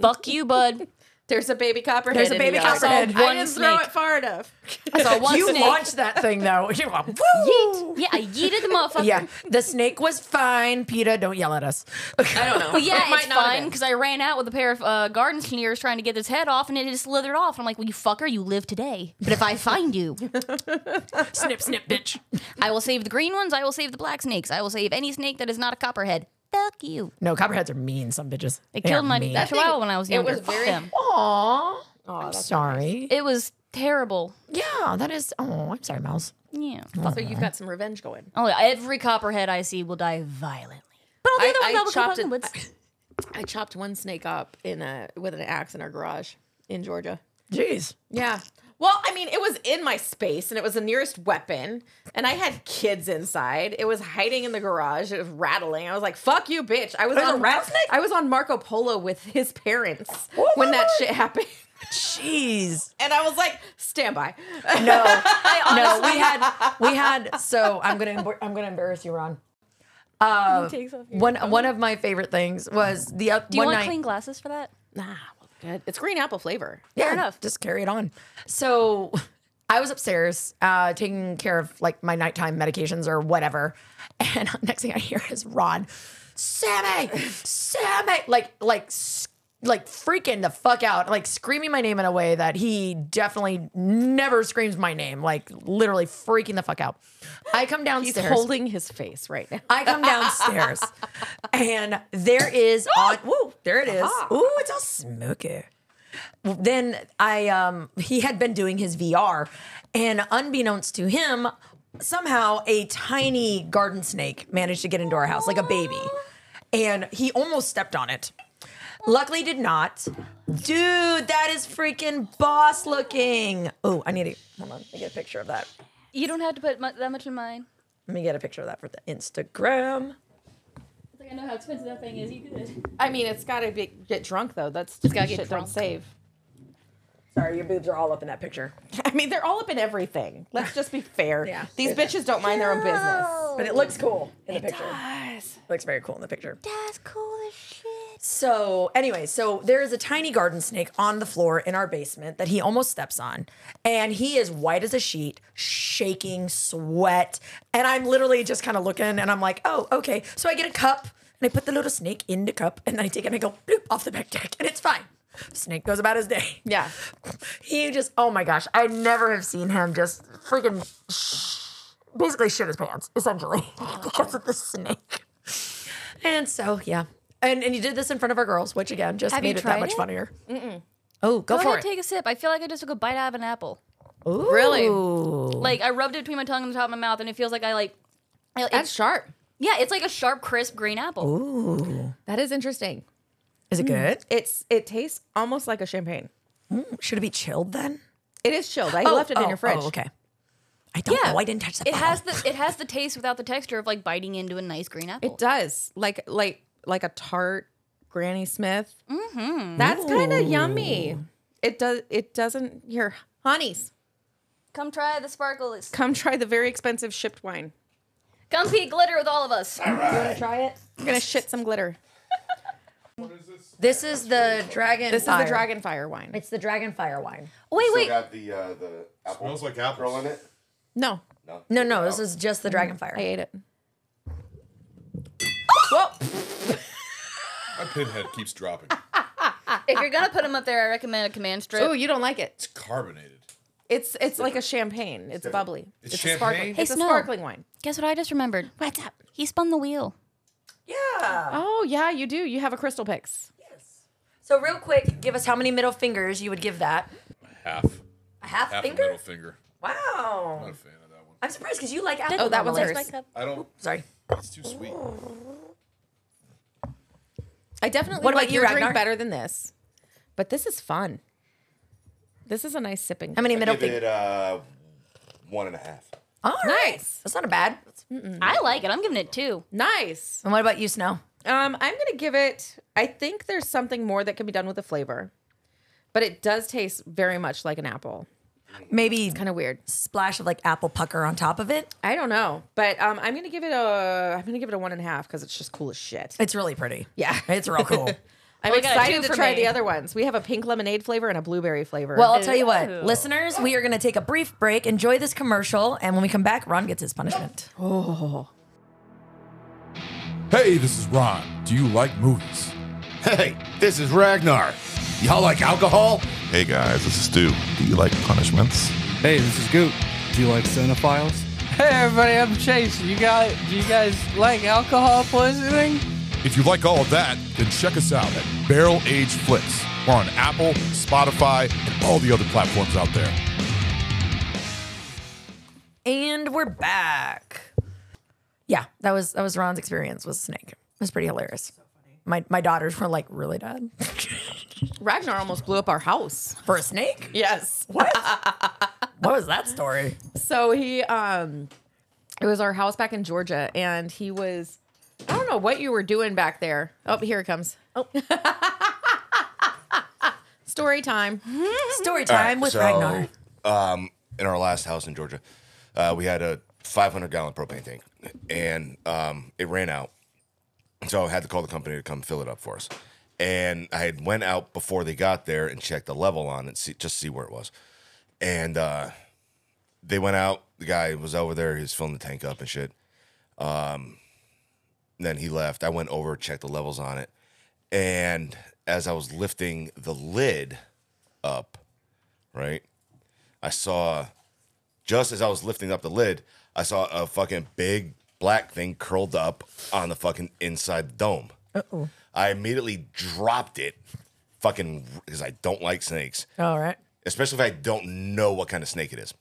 I: fuck you, bud.
H: There's a baby copperhead.
G: There's a
H: in
G: baby
H: the yard.
G: copperhead.
H: I
I: One
H: didn't throw
I: snake.
H: it far enough.
I: I saw one
G: you
I: snake.
G: launched that thing though. You went, woo!
I: Yeah, I yeeted the motherfucker.
G: Yeah, the snake was fine. Peta, don't yell at us.
H: I don't know.
I: Well, yeah,
H: It might
I: it's
H: not have
I: fine
H: been.
I: because I ran out with a pair of uh, garden sneers trying to get this head off, and it just slithered off. I'm like, "Well, you fucker, you live today. But if I find you,
G: snip, snip, bitch.
I: I will save the green ones. I will save the black snakes. I will save any snake that is not a copperhead. Fuck you.
G: No, copperheads are mean. Some bitches. They
I: It killed
G: are
I: my
G: mean.
I: that chihuahua when I was
H: it
I: younger.
H: was
I: Fuck
H: very-
I: them.
G: Aw, I'm sorry.
I: It was terrible.
G: Yeah, that is. Oh, I'm sorry, Mouse.
I: Yeah.
H: So you've got some revenge going.
I: Oh, yeah, every copperhead I see will die violently. But all the
H: I-
I: other ones
H: I
I: I will come
H: chopped
I: out in the
H: it-
I: woods.
H: I chopped one snake up in a with an axe in our garage in Georgia.
G: Jeez.
H: Yeah. Well, I mean, it was in my space and it was the nearest weapon. And I had kids inside. It was hiding in the garage. It was rattling. I was like, fuck you, bitch. I was
G: There's a
H: on
G: rattlesnake?
H: I was on Marco Polo with his parents
G: Oh,
H: when
G: my
H: that
G: word.
H: shit happened.
G: Jeez.
H: And I was like, stand by.
G: No, no. We had, we had. So I'm gonna, embar- I'm gonna embarrass you, Ron. Uh, one, one of my favorite things was the uh,
I: Do you
G: one
I: want
G: night.
I: clean glasses for that?
H: nah, well, good. It's green apple flavor.
G: yeah, enough. Just carry it on. So I was upstairs uh, taking care of like my nighttime medications or whatever, and next thing I hear is Ron, Sammy, Sammy, like like s- like freaking the fuck out, like screaming my name in a way that he definitely never screams my name, like literally freaking the fuck out. I come
H: He's
G: downstairs.
H: holding his face right now.
G: I come downstairs and there is on woo, there it is. Ooh, it's all smoky. Then I um he had been doing his VR and unbeknownst to him, somehow a tiny garden snake managed to get into our house like a baby. And he almost stepped on it. Luckily did not. Dude, that is freaking boss looking. Oh, I need to hold on. Let me get a picture of that.
I: You don't have to put mu- that much in mine.
G: Let me get a picture of that for the Instagram.
I: It's like I know how expensive that thing is. You could.
H: I mean, it's got to be get drunk though. That's just
I: gotta
H: shit
I: get
H: don't
I: drunk.
H: save.
G: Sorry, your boobs are all up in that picture.
H: I mean, they're all up in everything. Let's just be fair. yeah. These bitches don't mind their own business.
G: But it looks cool in the picture. It looks very cool in the picture.
I: That's cool as shit.
G: So, anyway, so there is a tiny garden snake on the floor in our basement that he almost steps on. And he is white as a sheet, shaking, sweat. And I'm literally just kind of looking and I'm like, oh, okay. So I get a cup and I put the little snake in the cup and then I take it and I go bloop off the back deck and it's fine. Snake goes about his day.
H: Yeah.
G: He just, oh my gosh, I never have seen him just freaking sh- basically shit his pants, essentially, because of the snake. And so, yeah. And, and you did this in front of our girls, which again just
I: Have you
G: made it that
I: tried
G: much
I: it?
G: funnier.
I: Mm-mm.
G: Oh, go, for
I: ahead,
G: it.
I: take a sip. I feel like I just took a bite out of an apple.
G: Ooh.
H: Really?
I: Like I rubbed it between my tongue and the top of my mouth, and it feels like I like. I-
H: That's
I: it's-
H: sharp.
I: Yeah, it's like a sharp, crisp green apple.
G: Ooh.
H: That is interesting.
G: Is it
H: Mm.
G: good?
H: It's it tastes almost like a champagne.
G: Should it be chilled then?
H: It is chilled. I
G: Oh,
H: left it in
G: oh,
H: your fridge.
G: Oh, okay. I don't know. I didn't touch that.
I: It has the it has the taste without the texture of like biting into a nice green apple.
H: It does. Like like like a tart Granny Smith.
I: Mm-hmm.
H: That's kind of yummy. It does it doesn't here honeys.
I: Come try the sparkles.
H: Come try the very expensive shipped wine.
I: Come pee glitter with all of us.
H: You want to try it? I'm going to shit some glitter.
G: This is the dragon.
H: This is
G: fire.
H: the dragon fire wine.
G: It's the dragon fire wine.
I: Wait,
B: Still got the uh, the apple. Smells like apple. Girl in it.
H: No.
B: No.
G: No, no, this is just the dragon fire.
H: I ate it. Oh!
L: My pinhead keeps dropping.
I: If you're gonna put them up there, I recommend a command strip.
H: Oh, you don't like it.
L: Carbonated.
H: It's it's like a champagne. It's bubbly.
L: It's
H: a sparkling.
L: champagne?
I: Hey,
H: It's a
I: Snow.
H: sparkling wine.
I: Guess what I just remembered? What's up? He spun the wheel.
H: Oh yeah, you do. You have a crystal picks.
G: So real quick, give us how many middle fingers you would give that.
L: Half.
G: A half,
L: Half a
G: finger?
L: middle finger.
G: Wow.
L: Not a fan of that one.
G: I'm surprised because you like apple.
H: Oh, that one's
G: marmalade.
H: hers.
L: I don't.
G: Sorry.
L: It's too sweet.
H: I definitely
G: What about
H: like
G: you,
H: your
G: Ragnar?
H: drink better than this, but this is fun. This is a nice sipping.
G: How many middle
B: Give it
G: fingers?
B: uh, one and a half.
G: All right.
H: Nice.
G: That's not a bad.
I: I like it. I'm giving it two.
H: Nice.
G: And what about you, Snow?
H: Um, I'm gonna give it. I think there's something more that can be done with the flavor, but it does taste very much like an apple.
G: Maybe
H: Kind of weird.
G: splash of like apple pucker on top of it.
H: I don't know, but um, I'm gonna give it a. I'm gonna give it a one and a half because it's just cool as shit.
G: It's really pretty.
H: Yeah.
G: It's real cool.
H: I'm
I: Well, you got a
H: excited
I: two
H: to
I: for
H: try
I: me.
H: the other ones. We have a pink lemonade flavor and a blueberry flavor.
G: well, I'll tell you what,
I: Ooh.
G: listeners, we are going to take a brief break, enjoy this commercial, and when we come back, Ron gets his punishment.
L: Hey, this is Ron. Do you like movies?
M: Hey, this is Ragnar. Y'all like alcohol?
N: Hey guys, this is Stu. Do you like punishments?
O: Hey, this is Goop. Do you like cinephiles?
P: Hey everybody, I'm Chase. You got? Do you guys like alcohol poisoning?
L: If you like all of that, then check us out at Barrel Age Flicks. We're on Apple, Spotify, and all the other platforms out there.
G: And we're back. Yeah, that was that was Ron's experience with Snake. It was pretty hilarious. My my daughters were like, really dad?
H: Ragnar almost blew up our house.
G: For a snake?
H: Yes.
G: What was that story?
H: So he um it was our house back in Georgia and he was I don't know what you were doing back there. Oh, here it comes. Oh. Story time.
B: Hmm.
G: Story
B: All
G: time
B: right,
G: with
B: so,
G: Ragnar.
B: Um, in our last house in Georgia, uh, we had a 500 gallon propane tank, and um, it ran out. So I had to call the company to come fill it up for us. And I had went out before they got there and checked the level on it, see, just to see where it was. And uh, they went out. The guy was over there. He was filling the tank up and shit. Um, then he left. I went over, checked the levels on it, and as I was lifting the lid up, right, I saw just as I was lifting up the lid, I saw a fucking big black thing curled up on the fucking inside the dome.
G: Uh-oh.
B: I immediately dropped it, fucking because I don't like snakes,
G: All right.
B: especially if I don't know what kind of snake it is.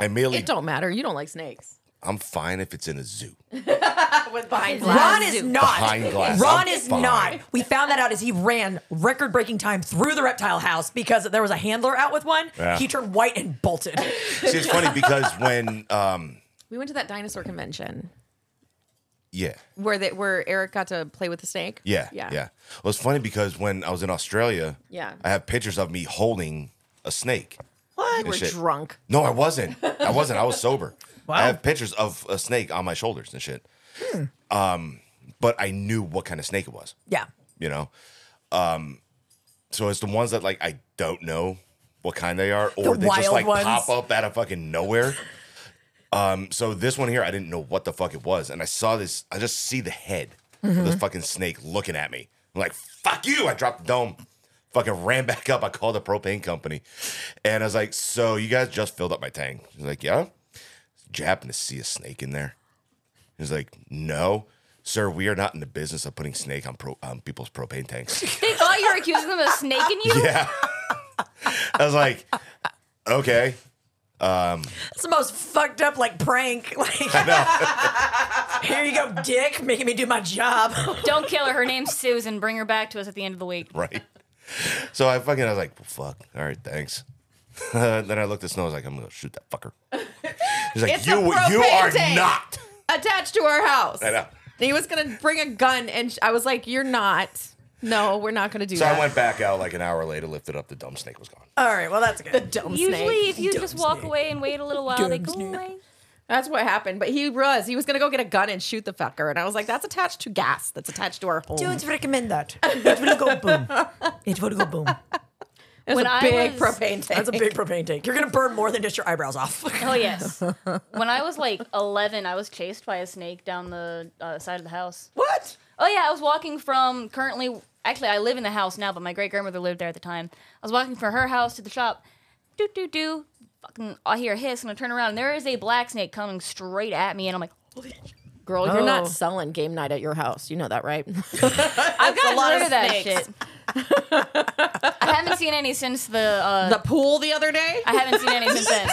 B: I immediately,
H: It don't matter. You don't like snakes.
B: I'm fine if it's in a zoo.
H: With behind
G: Ron is not.
B: Behind glass.
G: Ron
B: I'm
G: is
B: fine.
G: not. We found that out as he ran record breaking time through the reptile house because there was a handler out with one.
B: Yeah.
G: He turned white and bolted.
B: See, it's funny because when, um,
H: We went to that dinosaur convention
B: yeah,
H: where that where Eric got to play with the snake.
B: yeah, yeah, Well, it's funny because when I was in Australia,
H: Yeah.
B: I have pictures of me holding a snake.
H: What?
B: and
H: We're
B: shit.
H: drunk.
B: No, I wasn't. I wasn't. I was sober. I have pictures of a snake on my shoulders and shit.
G: Hmm.
B: Um, but I knew what kind of snake it was.
G: yeah.
B: you know um so it's the ones that like i don't know what kind they are or
G: The
B: they just
G: wild
B: like
G: ones.
B: pop up out of fucking nowhere um so this one here i didn't know what the fuck it was and i saw this i just see the head of this
G: Mhm.
B: fucking snake looking at me i'm like fuck you i dropped the dome Fucking ran back up. I called the propane company, and I was like, "So you guys just filled up my tank?" He's like, "Yeah." Did you happen to see a snake in there? He's like, "No, sir. We are not in the business of putting snake on pro- on people's propane tanks."
I: They thought you were accusing them of snaking you?
B: yeah. I was like, "Okay." Um,
G: It's the most fucked up like prank. Like, here you go, dick, making me do my job.
I: Don't kill her. Her name's Susan. Bring her back to us at the end of the week.
B: right? So I fucking I was like, fuck. All right, thanks. then I looked at Snow. I was like, I'm gonna shoot that fucker. He's like,
H: It's a
B: you you
H: propane
B: are
H: tank."
B: not.
H: attached to our house.
B: I know.
H: He was gonna bring a gun, and sh- I was like, "You're not. No, we're not gonna do
B: so
H: that."
B: I went back out like an hour later, lifted up. The dumb snake was gone.
G: All right, well that's good.
H: The dumb
I: Usually,
H: snake.
I: if you just walk away and wait a little while, they go away.
H: That's what happened. But he was. He was gonna go get a gun and shoot the fucker, and I was like, "That's attached to gas. That's attached to our home."
G: Don't recommend that. It will go boom. It will go boom.
H: It was
I: When
H: a
I: I
H: big
I: was-
H: propane tank.
G: That's a big propane tank. You're gonna burn more than just your eyebrows off.
I: Oh yes. when I was like 11, I was chased by a snake down the uh, side of the house.
G: What?
I: Oh yeah, I was walking from currently. Actually, I live in the house now, but my great grandmother lived there at the time. I was walking from her house to the shop. Do do do. Fucking, I hear a hiss, and I turn around, and there is a black snake coming straight at me, and I'm like, holy shit.
Q: Girl, you're
I: Oh.
Q: not selling game night at your house. You know that, right?
I: I've got a lot of that
Q: snakes.
I: shit. I haven't seen any since the uh,
H: the pool the other day.
I: I haven't seen any since then.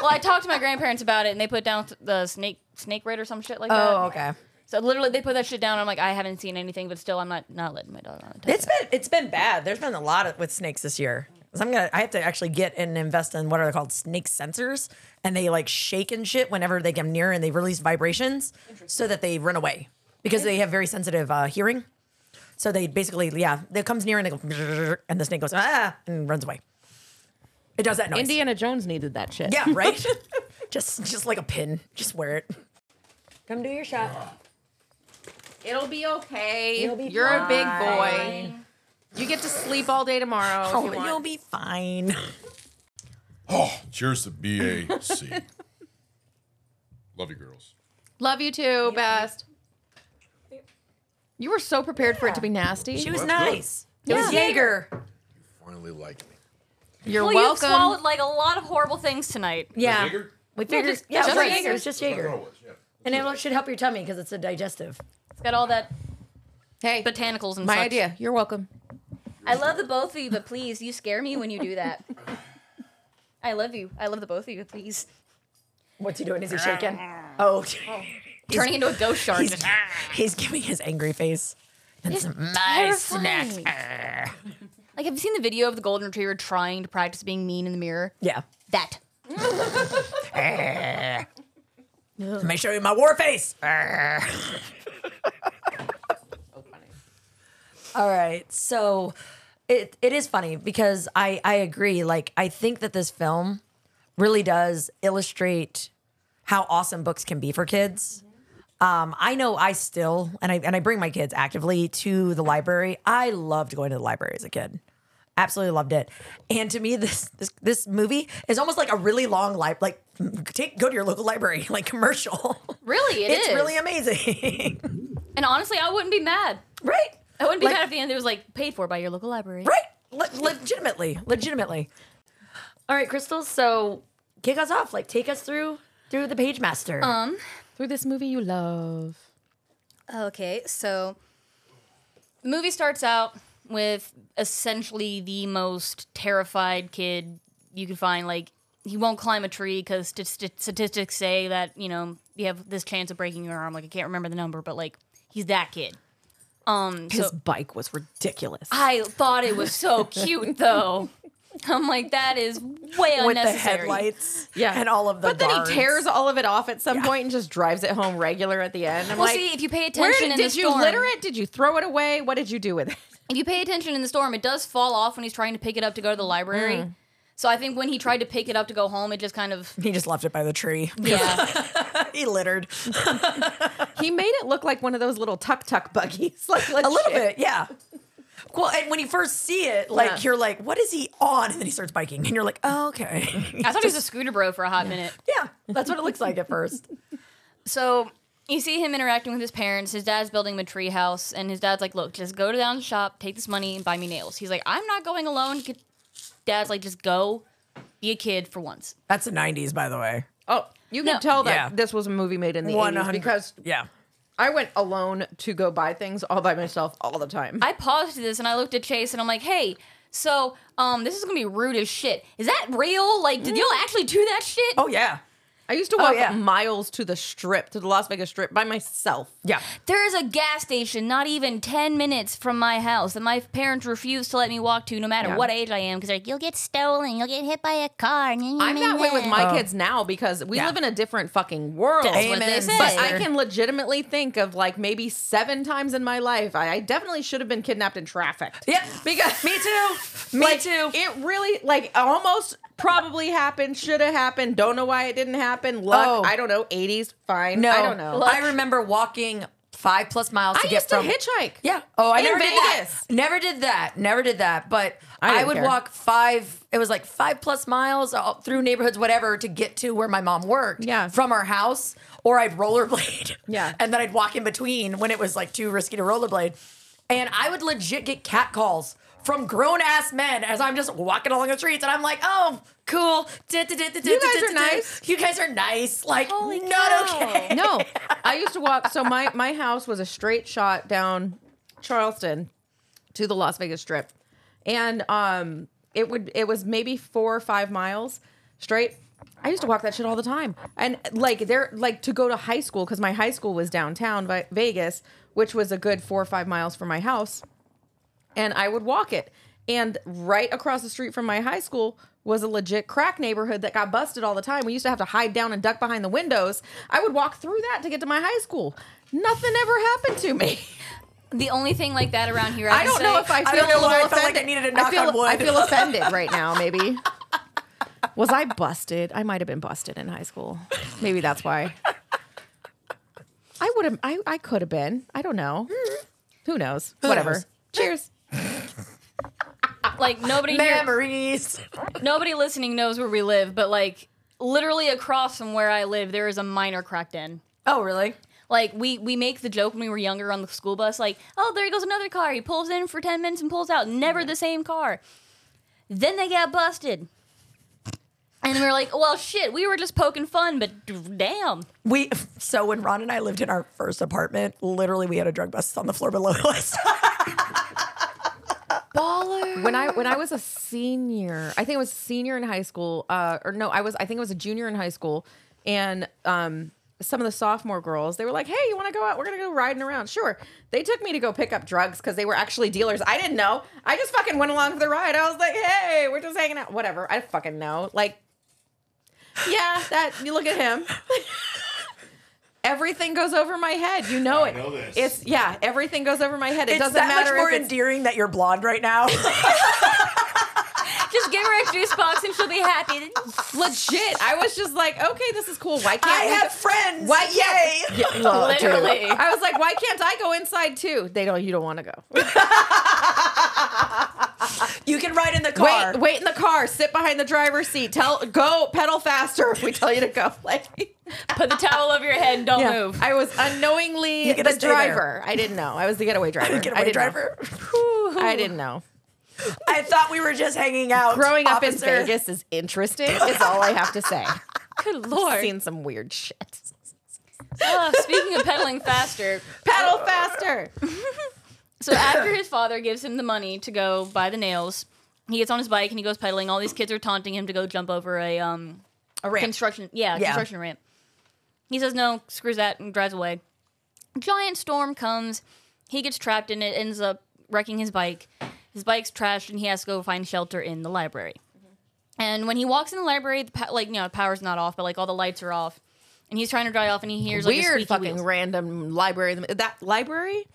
I: Well, I talked to my grandparents about it, and they put down th- the snake snake rate or some shit like that.
G: Oh, okay.
I: So literally, they put that shit down. I'm like, I haven't seen anything, but still, I'm not not letting my dog on it.
G: It's been it's been bad. There's been a lot of, with snakes this year. So I'm gonna I have to actually get and invest in what are they called snake sensors, and they like shake and shit whenever they come near, and they release vibrations so that they run away because they have very sensitive uh, hearing. So they basically yeah, they comes near and they go "Brrr," and the snake goes ah and runs away. It does that noise.
Q: Indiana Jones needed that shit.
G: Yeah, right. just just like a pin, just wear it. Come do your shot.
H: It'll be okay.
G: You'll be
H: You're a big boy.
G: fine.
H: You get to sleep all day tomorrow. if
G: Oh,
H: you want.
G: you'll be fine.
L: Oh, cheers to BAC. Love you, girls.
H: Love you too, best. You were so prepared for it to be nasty.
G: She was Well, that's good. nice. It was Jaeger.
L: Finally liked me.
H: You're
I: well,
H: welcome.
I: you swallowed like a lot of horrible things tonight.
G: Yeah. We figured,
I: just-
G: yeah,
I: just
G: it was
I: Jaeger.
G: Jaeger. It was just Jaeger. And it should help your tummy because it's a digestive.
I: It's got all that
H: hey
I: botanicals and
H: My
I: such.
H: idea. You're welcome.
I: I love the both of you, but please, you scare me when you do that. I love you. I love the both of you. Please,
G: What's he doing? Is he shaking? Oh,
I: turning into a ghost shark.
G: He's, he's giving his angry face. That's my
I: terrifying.
G: snacks. Arr.
I: Like, have you seen the video of the golden retriever trying to practice being mean in the mirror?
G: Yeah.
I: That.
G: Arr. Let me show you my war face. Arr. All right. So it it is funny because I I agree. Like I think that this film really does illustrate how awesome books can be for kids. Um, I know I still and I and I bring my kids actively to the library. I loved going to the library as a kid. Absolutely loved it. And to me, this this this movie is almost like a really long li- like take go to your local library like commercial.
I: Really, it
G: it's
I: is.
G: really amazing,
I: And honestly, I wouldn't be mad.
G: right?
I: I wouldn't be
G: Like-
I: mad if the end it was like paid for by your local library.
G: Right. Le- legitimately. Legitimately. All right, Crystal. So kick us off. Like take us through through the page master.
I: Um.
H: Through this movie you love.
I: Okay, so the movie starts out with essentially the most terrified kid you can find. Like he won't climb a tree because statistics say that you know you have this chance of breaking your arm. Like I can't remember the number, but like he's that kid. Um.
Q: His
I: so
Q: bike was ridiculous.
I: I thought it was so cute though. I'm like that is way
G: With the
I: unnecessary.
G: headlights.
H: Yeah.
G: And all of the
H: But then
G: barns.
H: he tears all of it off at some point and just drives it home regular at the end. I'm
I: well,
H: like,
I: see, if you pay
H: where
I: attention
H: did,
I: in
H: did
I: the
H: you
I: storm,
H: litter it? Did you throw it away? What did you do with it?
I: If you pay attention in the storm, it does fall off when he's trying to pick it up to go to the library.
G: Mm.
I: So I think when he tried to pick it up to go home, it just kind of
G: He just left it by the tree.
I: yeah.
G: he littered.
H: He made it look like one of those little tuck tuck buggies. Like
G: A little bit, yeah. Well, and when you first see it, like
I: Yeah.
G: you're like, what is he on? And then he starts biking. And you're like, oh, okay.
I: I thought he was a scooter bro for a hot minute.
G: yeah. That's what it looks like at first.
I: So You see him interacting with his parents. His dad's building him a tree house, and his dad's like, "Look, just go down to the shop, take this money, and buy me nails." He's like, "I'm not going alone." Get- Dad's like, "Just go, be a kid for once."
G: That's the '90s, by the way.
H: Oh, you can tell that
G: Yeah.
H: this was a movie made in the 80s
G: 100
H: because
G: yeah.
H: I went alone to go buy things all by myself all the time.
I: I paused this and I looked at Chase and I'm like, "Hey, so um, this is gonna be rude as shit. Is that real? Like, did
H: Mm.
I: y'all actually do that shit?"
G: Oh yeah.
H: I used to
I: Oh,
H: walk
I: yeah.
H: miles to the strip, to the Las Vegas strip by myself.
G: Yeah.
I: There is a gas station not even 10 minutes from my house that my parents refuse to let me walk to no matter
H: Yeah.
I: what age I am because they're like, you'll get stolen, you'll get hit by a car.
H: I'm that way with my
I: Oh.
H: kids now because we
I: Yeah.
H: live in a different fucking world.
I: That's what they Amen, say.
H: But I
I: sister.
H: can legitimately think of like maybe seven times in my life I, I definitely should have been kidnapped in traffic. Yep. Because
G: me too. Me
H: too. It really like almost probably happened. Should have happened. Don't know why it didn't happen. Luck.
G: Oh.
H: I don't know. 80s. Fine.
G: No,
H: I don't know.
G: I remember walking five plus miles. To
H: I
G: get
H: used to
G: from,
H: hitchhike.
G: Yeah. Oh, I
H: In
G: never did
H: Vegas.
G: that. Never did that. Never did that. But
H: I
G: I,
H: didn't
G: would
H: care.
G: walk five. It was like five plus miles all, through neighborhoods, whatever, to get to where my mom worked. Yeah. From our house, or I'd rollerblade. Yeah. And then I'd walk in between when it was like too risky to rollerblade, and I would legit get cat calls from grown ass men as I'm just walking along the streets, and I'm like, oh. Cool. You guys
H: are nice.
G: You guys are nice. Like, not okay.
H: No, I used to walk. So my my house was a straight shot down Charleston to the Las Vegas Strip, and um, it would it was maybe four or five miles straight. I used to walk that shit all the time, and like there like to go to high school because my high school was downtown Vi- Vegas, which was a good four or five miles from my house, and I would walk it. And right across the street from my high school was a legit crack neighborhood that got busted all the time. We used to have to hide down and duck behind the windows. I would walk through that to get to my high school. Nothing ever happened to me.
I: The only thing like that around here I,
H: I
I: can
H: don't
I: say-
H: know if I feel a little offended. I feel, I feel offended right now, maybe. Was I busted? I might have been busted in high school. Maybe that's why. I would have I, I could have been. I don't know. Hmm. Who knows?
I: Who
H: Whatever.
I: knows?
H: Cheers.
I: like nobody
G: memories.
I: nobody listening knows where we live, but like literally across from where I live, there is a minor crack den.
G: Oh, really?
I: Like we we make the joke when we were younger on the school bus, like, oh, there goes another car. He pulls in for ten minutes and pulls out, never the same car. Then they got busted, and we were like, well, shit, we were just poking fun, but d- damn.
G: We so when Ron and I lived in our first apartment, literally we had a drug bust on the floor below us.
H: baller. When I when I was a senior, I think I was a senior in high school, uh, or no, I was I think I was a junior in high school, and um, some of the sophomore girls they were like, "Hey, you want to go out? We're gonna go riding around." Sure, they took me to go pick up drugs because they were actually dealers. I didn't know. I just fucking went along for the ride. I was like, "Hey, we're just hanging out." Whatever. I fucking know. Like, yeah, that you look at him. Everything goes over my head. You know it.
G: know this.
H: It's yeah. Everything goes over my head. It
G: it's
H: doesn't
G: that
H: matter
G: much more
H: if it's
G: endearing that you're blonde right now.
I: Just give her a juice box and she'll be happy.
H: Legit. I was just like, okay, this is cool. Why can't
G: I
H: we
G: have
H: go-
G: friends.
H: Why can't
G: Yay. Yeah, well, dude. Literally.
H: I was like, why can't I go inside too? They don't. You don't want to go.
G: you can ride in the car.
H: Wait, wait in the car. Sit behind the driver's seat. Tell go pedal faster if we tell you to go. Like,
I: put the towel over your head and don't
H: move. I was unknowingly
G: You get to
H: the
G: stay there.
H: driver. I didn't know. I was the getaway driver.
G: Getaway
H: I didn't
G: driver.
H: Know. I didn't know.
G: I thought we were just hanging out.
H: Growing up in
G: officer.
H: Vegas is interesting. Is all I have to say.
I: Good
H: I've
I: lord.
H: seen some weird shit.
I: Ugh, speaking of pedaling faster,
H: pedal faster.
I: So after his father gives him the money to go buy the nails, he gets on his bike and he goes pedaling. All these kids are taunting him to go jump over a um
G: a ramp.
I: construction yeah,
G: Yeah.
I: construction ramp. He says no, screws that and drives away. Giant storm comes. He gets trapped in it, ends up wrecking his bike. His bike's trashed and he has to go find shelter in the library. And when he walks in the library, the pa- like you know, power's not off, but like all the lights are off. And he's trying to dry off and he hears like, a
H: weird
I: squeaky
H: fucking
I: wheels.
H: random library. That library,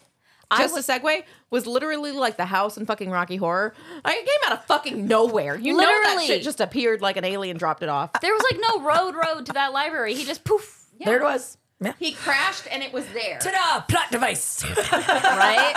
I: I
H: just a segue, was literally like the house in fucking Rocky Horror. I it came out of fucking nowhere. You know that
I: Literally.
H: shit just appeared like an alien dropped it off.
I: There was like no road road to that library. He just poof.
G: There it was.
H: He crashed and it was there.
G: Ta-da! Plot device.
I: right?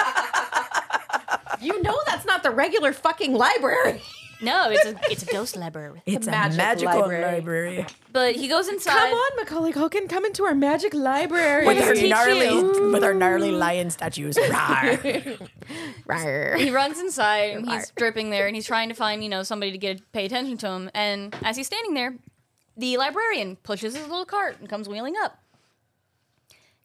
H: You know that's not the regular fucking library.
I: No, it's a it's a ghost library.
G: It's a magical library.
I: But he goes inside.
H: Come on, Macaulay Culkin, come into our magic library.
G: With her
H: Teach you.
G: gnarly, with her gnarly lion statues. Rawr.
I: He runs inside and he's dripping there and he's trying to find, you know, somebody to get pay attention to him. And as he's standing there, the librarian pushes his little cart and comes wheeling up.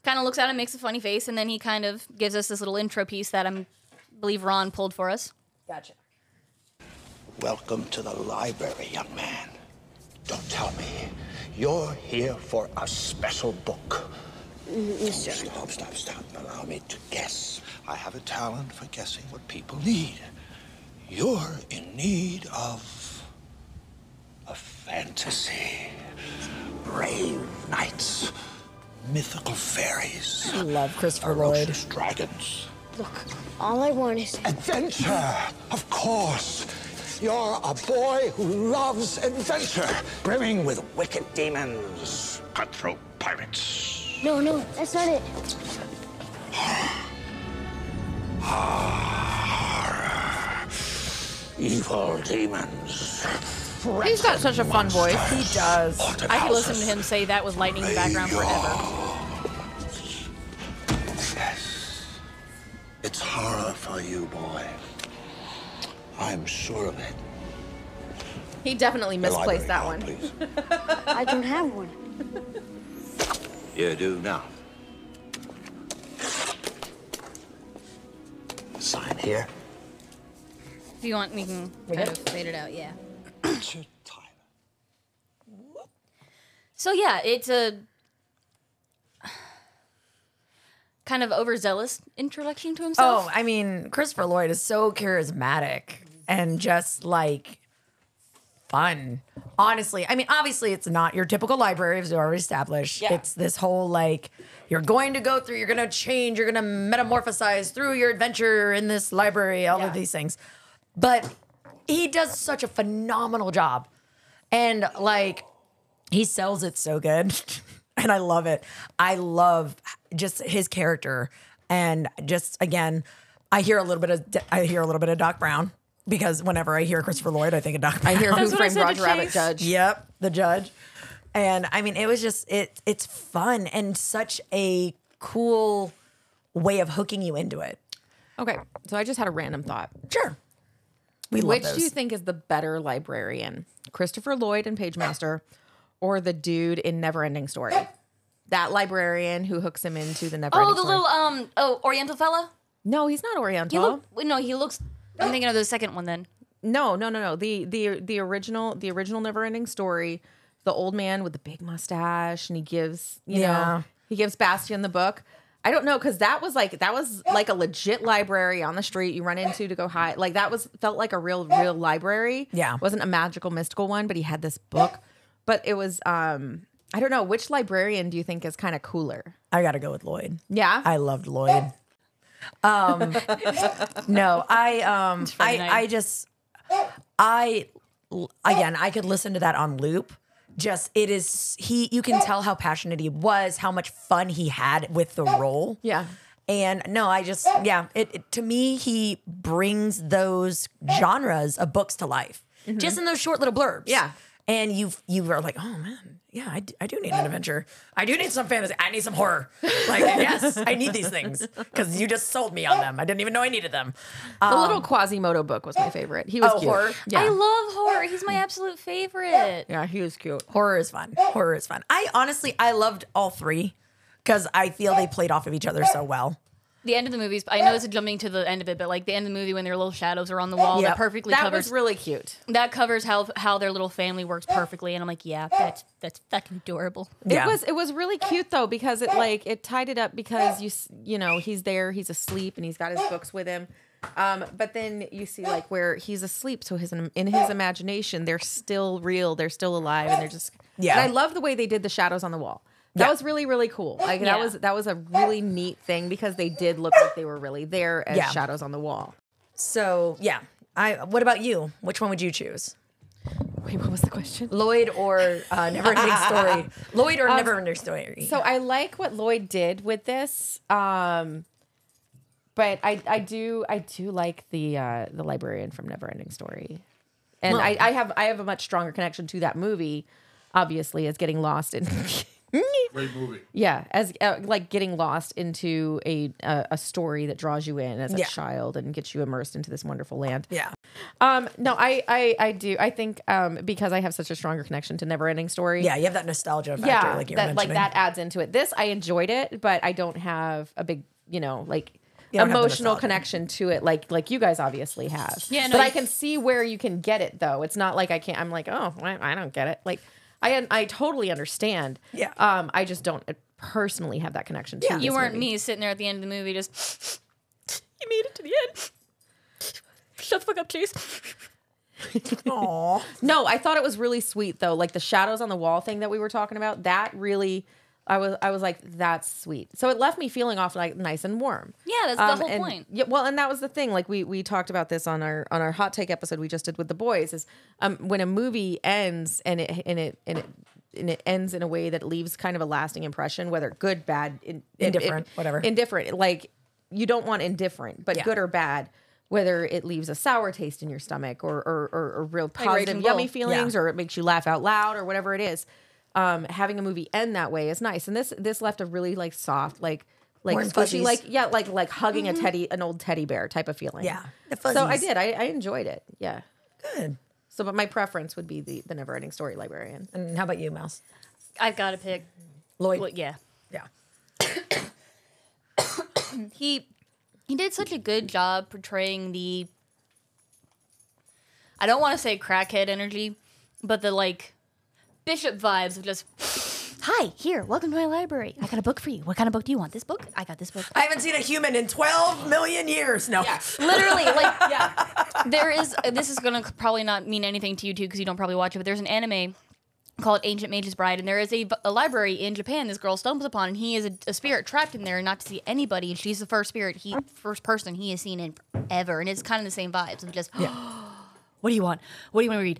I: Kind of looks at him, makes a funny face, and then he kind of gives us this little intro piece that I'm believe Ron pulled for us.
G: Gotcha.
C: Welcome to the library, young man. Don't tell me. You're here for a special book. Stop, stop, stop. Allow me to guess. I have a talent for guessing what people need. You're in need of a fantasy. Brave knights, mythical fairies.
G: I love Christopher Lloyd.
C: ferocious dragons.
R: Look, all I want is
C: Adventure, of course. You're a boy who loves adventure, brimming with wicked demons, cutthroat pirates.
R: No, no, that's not it.
C: Evil demons.
H: He's got such a fun voice. He
G: does.
I: I could listen to him say that with lightning in the background forever.
C: It's horror for you, boy. I'm sure of it.
H: He definitely
C: The library
H: misplaced that
C: now,
H: one.
C: please.
R: I don't have one.
C: You do now. Sign here.
I: If you want, we can
R: We
I: kind
R: good?
I: of fade it out. Yeah.
C: It's your
I: So yeah, it's a kind of overzealous introduction to himself.
G: Oh, I mean, Christopher Lloyd is so charismatic and just like fun. Honestly, I mean, obviously, it's not your typical library, as we already established.
K: Yeah.
G: It's this whole like, you're going to go through, you're going to change, you're going to metamorphosize through your adventure in this library, all of these things. But he does such a phenomenal job. And like, he sells it so good and i love it i love just his character and just again i hear a little bit of i hear a little bit of doc brown because whenever i hear christopher lloyd i think of doc brown
H: I hear Who That's what I Framed said to Roger Rabbit Chase. Judge.
G: yep the judge and i mean it was just it it's fun and such a cool way of hooking you into it
H: Okay, so I just had a random thought.
G: Sure. We love
H: Which do you
G: those.
H: think is the better librarian, Christopher Lloyd and Pagemaster, or the dude in Neverending Story? That librarian who hooks him into the Neverending
I: Oh, the
H: Story.
I: little um oh Oriental fella.
H: no, he's not Oriental.
I: He look wait, no, he looks. I'm thinking of the second one then.
H: No, no, no, no. The the the original the original never ending story, the old man with the big mustache, and he gives you
G: Yeah.
H: know he gives Bastion the book. I don't know because that was like that was like a legit library on the street you run into to go hide. Like that was felt like a real real library.
G: Yeah.
H: wasn't a magical mystical one, but he had this book. But it was um I don't know which librarian do you think is kind of cooler?
G: i gotta go with lloyd
H: Yeah,
G: I loved Lloyd. Um, no, I um, I
H: night.
G: I just I again I could listen to that on loop. Just it is he. You can tell how passionate he was, how much fun he had with the role.
H: Yeah.
G: And no, I just yeah. It, it- to me he brings those genres of books to life, just in those short little blurbs. Mm-hmm. Yeah. And you you are like, oh man, yeah, I, d- I do need an adventure. I do need some fantasy. I need some horror. Like yes, I need these things because you just sold me on them. I didn't even know I needed them.
H: the little Quasimodo book was my favorite. He was
G: oh,
H: cute.
G: horror?
H: Yeah,
I: I love horror. He's my absolute favorite.
H: yeah, he was cute.
G: horror is fun. Horror is fun. I honestly I loved all three because I feel they played off of each other so well.
I: The end of the movies. I know it's jumping to the end of it, but like the end of the movie when their little shadows are on the wall,
G: Yep.
I: that perfectly
H: That
I: covers
H: was really cute.
I: that covers how how their little family works perfectly. And I'm like, yeah, that's that's fucking adorable.
H: It was it was really cute though because it like it tied it up because you s- you know he's there he's asleep and he's got his books with him, um, but then you see like where he's asleep so his in his imagination they're still real they're still alive and they're just
G: Yeah.
H: And I love the way they did the shadows on the wall. That
G: Yeah.
H: was really really cool. Like
I: Yeah.
H: that was that was a really neat thing because they did look like they were really there as
G: Yeah.
H: shadows on the wall.
G: So yeah, I. What about you? Which one would you choose?
H: Wait, what was the question?
G: Lloyd or uh, Neverending Story? Lloyd or
H: Um,
G: Neverending Story?
H: So I like what Lloyd did with this. Um but I, I do I do like the uh the librarian from Neverending Story. and
K: Well-
H: I, I have I have a much stronger connection to that movie, obviously, as getting lost in.
L: Great movie.
H: Yeah, as uh, like getting lost into a uh, a story that draws you in as a
G: Yeah.
H: child and gets you immersed into this wonderful land.
G: Yeah.
H: Um. No, I I I do. I think um because I have such a stronger connection to Never Ending Story.
G: Yeah, you have that nostalgia factor,
H: yeah,
G: like you were
H: that like
G: mentioning.
H: that adds into it. This I enjoyed it, but I don't have a big you know like.
G: You don't have the
H: emotional
G: nostalgia.
H: connection to it like like you guys obviously have
G: Yeah, no,
H: but i
G: you-
H: can see where you can get it though it's not like i can't i'm like oh i, I don't get it like i i totally understand
G: yeah
H: um i just don't personally have that connection to
I: you
H: this
I: weren't
H: movie.
I: me sitting there at the end of the movie just.
H: You made it to the end.
I: Shut the fuck up, Chase.
G: Aww.
H: No, I thought it was really sweet though. Like the shadows on the wall thing that we were talking about. That really, I was, I was like, that's sweet. So it left me feeling off like nice and warm. Um,
I: Yeah, that's the whole
H: and-
I: point.
H: Yeah, well, and that was the thing. Like we we talked about this on our on our hot take episode we just did with the boys. Is um, when a movie ends and it and it and it. And it ends in a way that leaves kind of a lasting impression, whether good, bad, in, in-
G: Indifferent,
H: in-
G: whatever.
H: Indifferent, like you don't want indifferent, but
G: Yeah.
H: good or bad, whether it leaves a sour taste in your stomach or or, or, or real
I: Like Raging
H: positive yummy
I: Bull.
H: feelings
I: Yeah.
H: or it makes you laugh out loud or whatever it is um having a movie end that way is nice and this this left a really like soft like like
G: Warm
H: squishy
G: fuzzies.
H: like yeah like like hugging
G: Mhm.
H: a teddy an old teddy bear type of feeling
G: Yeah, the
H: so i
G: fuzzies.
H: did I, I enjoyed it yeah
G: good
H: so but my preference would be the the never ending story librarian
G: and how about you mouse
I: I've got to pick
G: Lloyd.
I: Well, yeah.
G: Yeah.
I: he he did such a good job portraying the I don't want to say crackhead energy, but the like bishop vibes of just Hi, here, welcome to my library. I got a book for you. What kind of book do you want? This book? I got this book.
G: I haven't seen a human in 12 million years. No.
I: Literally, like, yeah. There is, this is going to probably not mean anything to you two because you don't probably watch it, but there's an anime called Ancient Mage's Bride, and there is a, a library in Japan this girl stumbles upon, and he is a, a spirit trapped in there not to see anybody, and she's the first spirit, he first person he has seen in ever, and it's kind of the same vibes of just, what do you want? What do you want to read?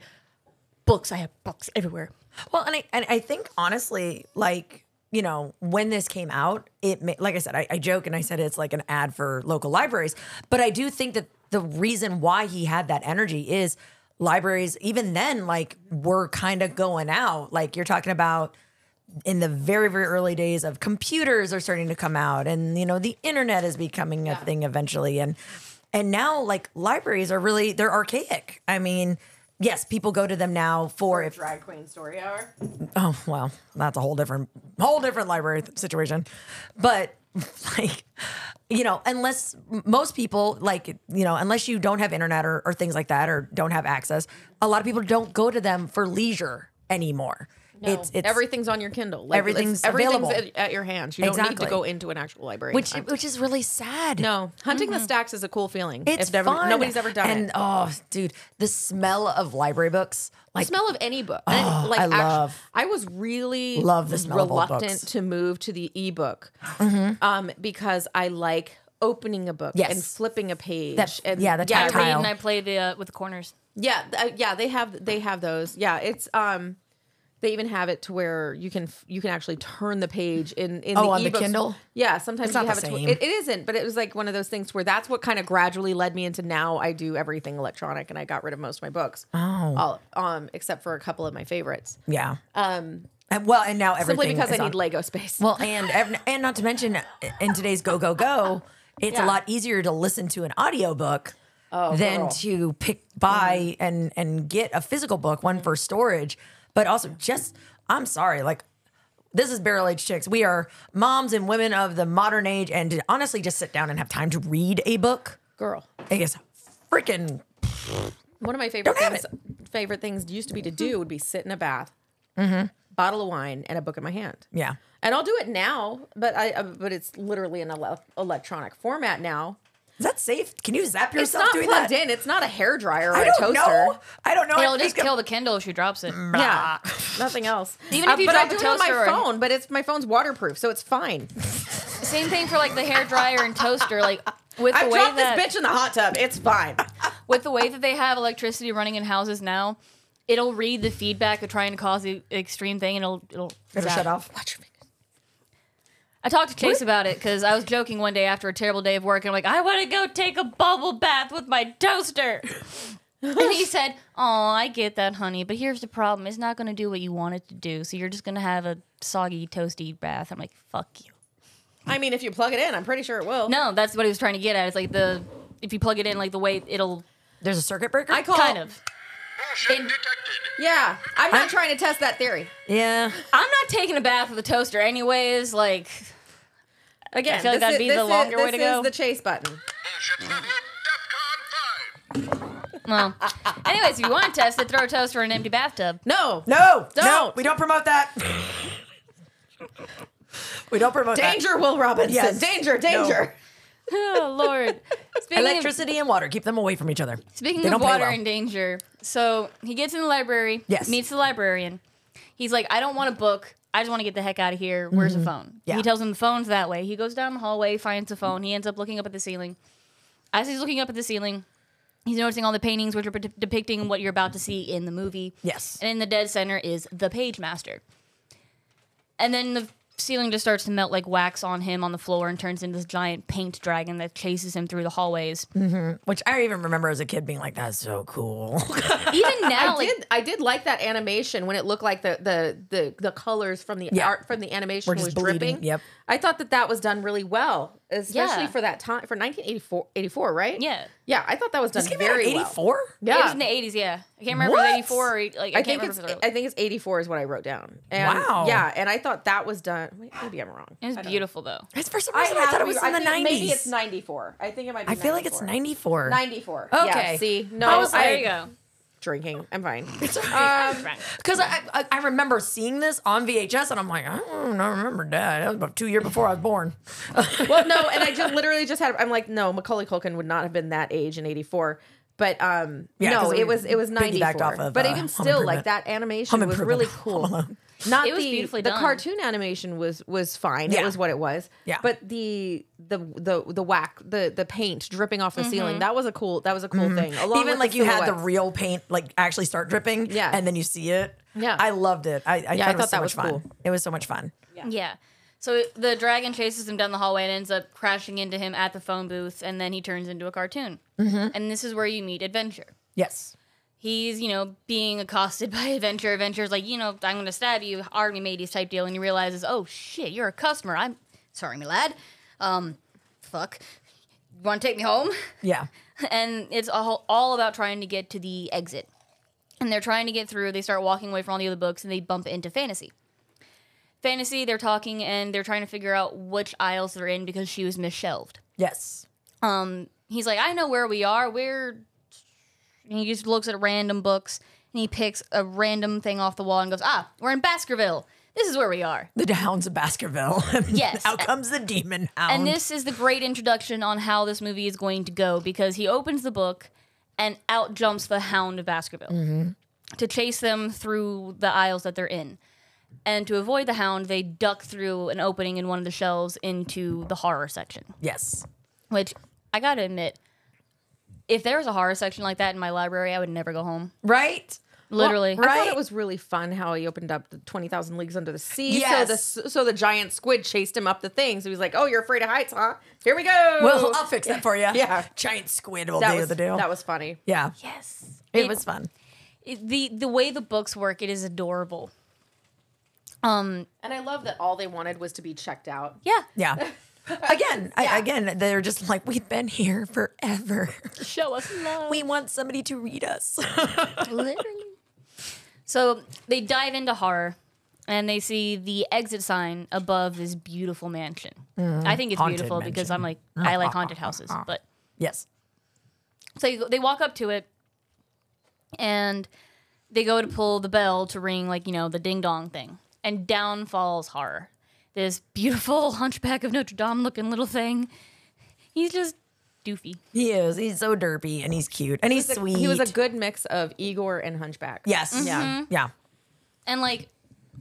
I: Books. I have books everywhere.
G: Well, and I and I think honestly, like you know, when this came out, it ma- like I said, I, I joke and I said it's like an ad for local libraries, but I do think that the reason why he had that energy is libraries even then like were kind of going out. Like you're talking about in the very very early days of computers are starting to come out and you know the internet is becoming a thing eventually and and now like libraries are really they're archaic i mean yes people go to them now for if
H: drag queen story hour
G: Oh well, that's a whole different, whole different library th- situation. But like, you know, unless most people like, you know, unless you don't have internet or, or things like that, or don't have access, a lot of people don't go to them for leisure anymore.
H: no,
G: It's it's
H: everything's on your kindle like, it's-
G: everything's available.
H: at, at your hands you don't need
G: Exactly.
H: to go into an actual library
G: which
H: I'm-
G: which is really sad.
H: no hunting the stacks is a cool feeling
G: It's
H: if never,
G: fun.
H: nobody's ever done
G: and,
H: it
G: oh, dude, the smell of library books, like
H: smell of any book.
G: Oh, I
H: actu-
G: love-
H: I was really
G: love the smell of old
H: reluctant
G: books.
H: to move to the ebook
G: Mhm.
H: um, because I like opening a book
G: Yes.
H: and flipping a page.
G: That-
H: and
G: yeah, the
I: I read
G: Tactile.
I: and I play the uh, with the corners.
H: yeah, th- uh, yeah. They have they have those. Yeah, it's um, they even have it to where you can f- you can actually turn the page in in
G: Oh,
H: the
G: on the
H: ebooks.
G: Kindle?
H: Yeah, sometimes
G: It's
H: you
G: not
H: have
G: the
H: it, to,
G: same.
H: it. It isn't, but it was like one of those things where that's what kind of gradually led me into now I do everything electronic and I got rid of most of my books.
G: Oh.
H: all, um, except for a couple of my favorites.
G: yeah.
H: Um,
G: And, well, and now everything
H: simply because I
G: is
H: need
G: on-
H: Lego space.
G: Well, and ev- and not to mention in today's go go go, it's
H: Yeah.
G: a lot easier to listen to an audiobook
H: Oh, Mm-hmm.
G: than
H: girl.
G: to pick buy and and get a physical book one
H: Mm-hmm.
G: for storage, but also just I'm sorry, like this is barrel age chicks. We are moms and women of the modern age, and to honestly just sit down and have time to read a book,
H: girl,
G: it is freaking
H: one of my favorite things, favorite things used to be to do would be sit in a bath,
G: mhm.
H: bottle of wine, and a book in my hand.
G: yeah.
H: And I'll do it now, but I uh, but it's literally in an ele- electronic format now.
G: Is that safe? Can you zap
H: It's
G: yourself
H: not
G: doing
H: plugged
G: that?
H: in. It's not a hair dryer or
G: I
H: a
G: don't
H: toaster.
G: know. I don't know. I
I: It'll just
G: think
I: kill the Kindle if she drops it.
H: Oh, Yeah, nothing else.
I: Ah.
H: Uh,
I: Even if you
H: but I
I: drop
H: do
I: a
H: it on
I: toaster or-
H: my phone, but it's my phone's waterproof, so it's fine.
I: Same thing for like the hair dryer and toaster. Like with
H: I
I: the way
H: dropped
I: that
H: this bitch in the hot tub. It's fine.
I: with the way that they have electricity running in houses now, it'll read the feedback of trying to cause the extreme thing, and it'll it'll,
G: It'll
I: zap.
G: shut off.
I: I talked to Chase about it because I was joking one day after a terrible day of work, and I'm like, I want to go take a bubble bath with my toaster. and he said, "Oh, I get that, honey, but here's the problem: it's not going to do what you want it to do. So you're just going to have a soggy, toasty bath." I'm like, "Fuck you."
H: I mean, if you plug it in, I'm pretty sure it will.
I: No, that's what he was trying to get at. It's like the if you plug it in, like the way it'll.
G: There's a circuit breaker.
I: I call kind of.
H: yeah, I'm not trying to test that theory.
G: Yeah,
I: I'm not taking a bath with a toaster, anyways. Like,
H: Again,
I: I feel like
H: this
I: that'd
H: is-
I: be
H: this
I: the
H: is-
I: longer way to
H: this
I: go.
H: is the chase button.
I: well, anyways, if you want to test it, throw a toaster in an empty bathtub.
H: No,
G: No, no,
I: Don't.
G: we don't promote that. we don't promote that.
H: Danger, Will Robinson.
G: Yes.
H: Danger,
G: No.
H: danger.
I: oh Lord! Speaking of-
G: Electricity and water keep them away from each other.
I: Speaking
G: They
I: of
G: don't pay
I: water
G: well.
I: in danger, so he gets in the library.
G: Yes.
I: Meets the librarian. He's like, I don't want a book. I just want to get the heck out of here. Where's
G: Mhm.
I: the phone?
G: Yeah.
I: He tells him the phone's that way. He goes down the hallway, finds the phone. He ends up looking up at the ceiling. As he's looking up at the ceiling, he's noticing all the paintings which are de- depicting what you're about to see in the movie.
G: Yes.
I: And in the dead center is the page master. And then the ceiling just starts to melt like wax on him on the floor and turns into this giant paint dragon that chases him through the hallways.
G: hmm Which I even remember as a kid being like, "That's so cool."
I: Even
H: I did. I did like that animation when it looked like the the the, the colors from the
G: Yeah.
H: art from the animation
G: We're
H: was
G: just bleeding.
H: dripping.
G: Yep.
H: I thought that that was done really well, especially
I: Yeah.
H: for that time for 1984, 84, right?
I: Yeah.
H: yeah. I thought that was done
I: This came out in
H: very well.
G: 84?
I: It
H: Yeah,
I: was in the eighties. Yeah, I can't remember if it was
H: What?
I: eighty four or like I,
H: I,
I: can't
H: think
I: remember.
H: it's
I: If it was-
H: I think it's 84 is what I wrote down. And
I: Wow.
H: Yeah, and I thought that was done. wait, Maybe I'm wrong.
I: it was beautiful though.
G: It's for some
H: I
G: reason I,
H: have
G: thought
H: to
G: it was
H: be- I
G: in the
H: think
G: nineties.
H: maybe it's 94. I think it might be
G: I feel like it's 94.
H: 94.
G: Okay.
H: Yeah, see, no,
G: I was like-
I: there you go.
H: Drinking. I'm fine. Um,
G: Because I, I I remember seeing this on VHS and I'm like, I don't know, I remember that. That was about two years before I was born.
H: well, no, and I just literally just had. I'm like, no, Macaulay Culkin would not have been that age in '84. But um,
G: Yeah, 'cause
H: no,
G: we
H: it was it was
G: piggybacked
H: '94.
G: off of,
H: but
G: uh, Home
H: even still,
G: Improvement.
H: like that animation
G: Home
H: was
G: Improvement.
H: really cool. Not
I: It was
H: the,
I: beautifully
H: the
I: done.
H: cartoon animation was was fine.
I: Yeah.
H: It was what it was.
I: Yeah.
H: But the the the the whack the the paint dripping off the
I: Mm-hmm.
H: ceiling
G: Mhm.
H: that was a cool that was a cool
G: Mhm.
H: thing. Along
G: Even
H: with
G: like
H: the
G: you had the
H: silhouettes.
G: real paint like actually start dripping. Yeah. And then you see it.
H: Yeah.
G: I loved it. I, I
H: Yeah,
G: thought, it was so much fun. It was so much fun.
I: Yeah. So the dragon chases him down the hallway and ends up crashing into him at the phone booth, and then he turns into a cartoon.
H: Mm-hmm.
G: Mhm.
I: And this is where you meet Adventure.
G: Yes.
I: He's, you know, being accosted by Adventure. Adventure's like, you know, I'm going to stab you, Army mateys type deal. And he realizes, oh shit, you're a customer. I'm sorry, me lad. Um, fuck. You want to take me home?
G: Yeah.
I: and it's all, all about trying to get to the exit. And they're trying to get through. They start walking away from all the other books, and they bump into fantasy. Fantasy, they're talking, and they're trying to figure out which aisles they're in because she was misshelved.
G: Yes.
I: Um, he's like, I know where we are. We're. And he just looks at random books, and he picks a random thing off the wall and goes, Ah, we're in Baskerville. This is where we are.
G: The Hounds of Baskerville.
I: Yes.
G: Out comes the demon hound.
I: And this is the great introduction on how this movie is going to go because he opens the book and out jumps the Hound of Baskerville
G: Mhm.
I: to chase them through the aisles that they're in. And to avoid the Hound, they duck through an opening in one of the shelves into the horror section,
G: Yes.
I: which I gotta admit, if there was a horror section like that in my library, I would never go home.
G: Right?
I: Literally.
H: I thought it was really fun how he opened up the Twenty Thousand Leagues Under the Sea.
G: Yes.
H: So the so the giant squid chased him up the thing. So he's like, "Oh, you're afraid of heights, huh? Here we go."
G: Well, I'll fix that for you.
H: Oh, Yeah,
G: Giant squid will
H: That
G: do
H: was-
G: the deal.
H: That was funny.
G: Yeah.
I: Yes.
G: It was fun.
I: It- the the way the books work, it is adorable. Um,
H: and I love that all they wanted was to be checked out.
I: Yeah.
G: Yeah. Again, I, again, they're just like, we've been here forever.
I: Show us love.
G: We want somebody to read us.
I: Literally. So they dive into horror and they see the exit sign above this beautiful mansion.
G: Mhm.
I: I think it's
G: Haunted
I: beautiful because
G: mansion.
I: I'm like, I like haunted houses. But
G: yes.
I: so you, go- they walk up to it and they go to pull the bell to ring, like, you know, the ding dong thing. And down falls horror. This beautiful hunchback of Notre Dame looking little thing. He's just doofy.
G: He is. He's so derpy and he's cute and he's
H: He was a-
G: sweet.
H: He was a good Mm-hmm. mix of Igor and Hunchback.
G: Yes.
I: Mhm.
G: Yeah.
I: And like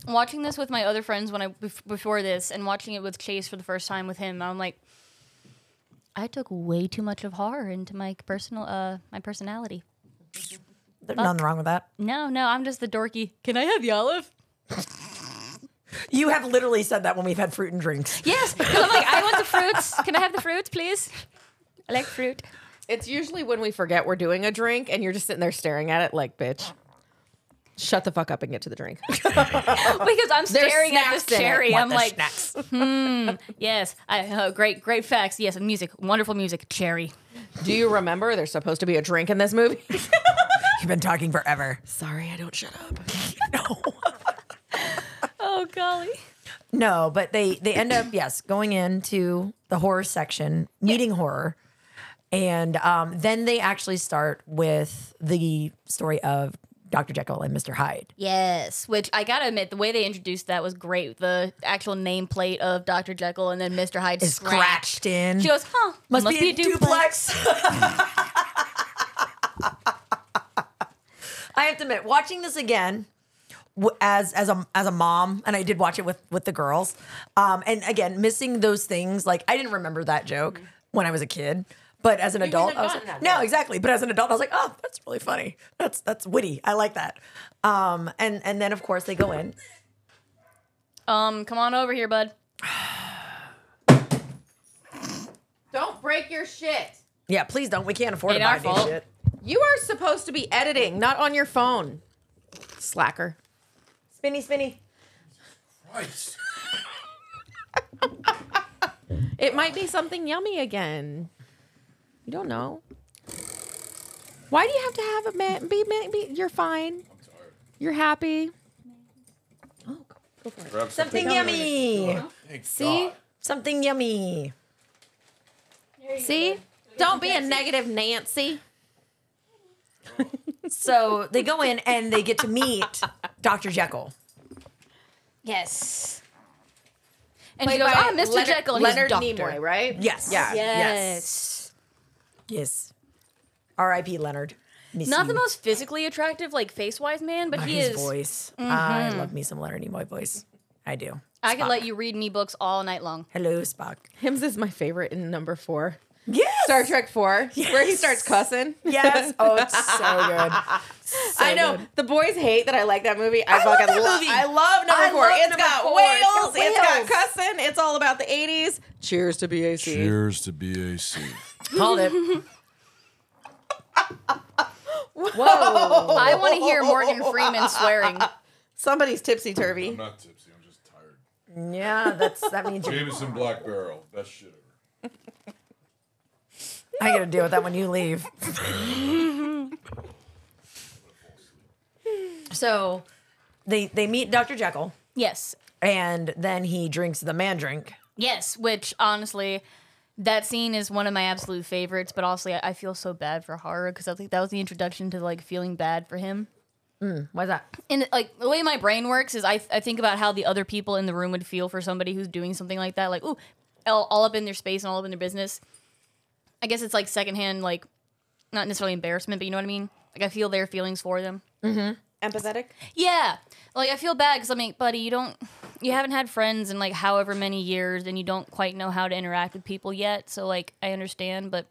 I: watching this with my other friends when I bef- before this, and watching it with Chase for the first time with him, I'm like, I took way too much of horror into my personal uh my personality.
G: There's nothing wrong with that.
I: No, no, I'm just the dorky. Can I have the olive?
G: You have literally said that when we've had fruit and drinks.
I: Yes, 'cause I'm like I want the fruits. Can I have the fruits, please? I like fruit.
H: It's usually when we forget we're doing a drink and you're just sitting there staring at it like, bitch, shut the fuck up and get to the drink.
I: because I'm
H: There's
I: staring at this
H: snacks in it.
I: cherry.
H: Want
I: I'm
H: the
I: like,
H: snacks.
I: hmm, yes, I, oh, great, great facts. Yes, and music, wonderful music, cherry.
H: Do you remember there's supposed to be a drink in this movie?
G: You've been talking forever.
H: Sorry, I don't shut up.
I: Oh golly.
G: No, but they they end up yes going into the horror section, meeting horror, and um, then they actually start with the story of Doctor Jekyll and Mister Hyde.
I: Yes, which I gotta admit, the way they introduced that was great. The actual nameplate of Dr. Jekyll and then Mr. Hyde
G: Is
I: scratched.
G: scratched in.
I: She goes, huh?
G: Must be a I have to admit, watching this again w- as as a as a mom, and I did watch it with with the girls, um, and again missing those things. Like I didn't remember that joke when I was a kid, but as an adult, I was like, no, exactly. But as an adult, I was like, oh, that's really funny. That's that's witty. I like that. Um, and and then of course they go in.
I: Um, come on over here, bud.
H: Don't break your shit.
G: Yeah, please don't. We can't afford
H: Ain't
G: to buy
H: our
G: new
H: fault.
G: shit.
H: You are supposed to be editing, not on your phone. Slacker.
G: Spinny, spinny.
H: It might be something yummy again. You don't know. Why do you have to have a man? Be, ma- be you're fine. You're happy.
G: Something yummy.
H: See?
G: Something yummy.
H: See? Don't be a negative Nancy.
G: So they go in and they get to meet Dr. Jekyll.
I: Yes. And she
H: Played
I: goes,
H: by
I: ah, Mr.
H: Leonard-
I: Jekyll and
H: Leonard
I: his doctor.
H: Nimoy, right?
G: Yes.
H: Yeah.
I: Yes.
G: Yes. R.I.P. Leonard. Miss
I: Not the
G: you.
I: most physically attractive, like face wise man, but
G: But
I: he
G: his
I: is.
G: voice. I
I: Mhm.
G: love me some Leonard Nimoy voice. I do.
I: I could let you read me books all night long.
G: Hello, Spock.
H: Hims is my favorite in number four.
G: Yes.
H: Star Trek Four, where he starts cussing.
G: Yes. Oh, it's so good. So
H: I know
G: good.
H: the boys hate that I like that movie. I,
G: I love
H: fucking
G: that
H: lo-
G: movie.
H: I love number
G: I
H: four.
G: love
H: It's
G: number
H: got
G: four. It's got
H: whales. It's got
G: whales.
H: cussing. It's all about the '80s. Cheers to BAC.
A: Cheers to BAC.
G: Called it.
I: Whoa. I want to hear Morgan Freeman swearing.
H: Somebody's tipsy turvy.
A: not tipsy. I'm just tired.
G: Yeah, that's that means you're,
A: Jameson Black Barrel, best shit ever.
G: I gotta deal with that when you leave. so they they meet Dr. Jekyll
I: Yes.
G: and then he drinks the man drink.
I: Yes, which honestly, that scene is one of my absolute favorites. But also, I, I feel so bad for Hara because I think that was the introduction to like feeling bad for him.
G: Mm, why's that?
I: And like the way my brain works is, I I think about how the other people in the room would feel for somebody who's doing something like that, like ooh, all, all up in their space and all up in their business. I guess it's like secondhand, like not necessarily embarrassment, but you know what I mean. Like I feel their feelings for them.
H: Mm-hmm. Empathetic.
I: Yeah. Like I feel bad because I'm like, buddy, you don't, you haven't had friends in like however many years, and you don't quite know how to interact with people yet. So like, I understand, but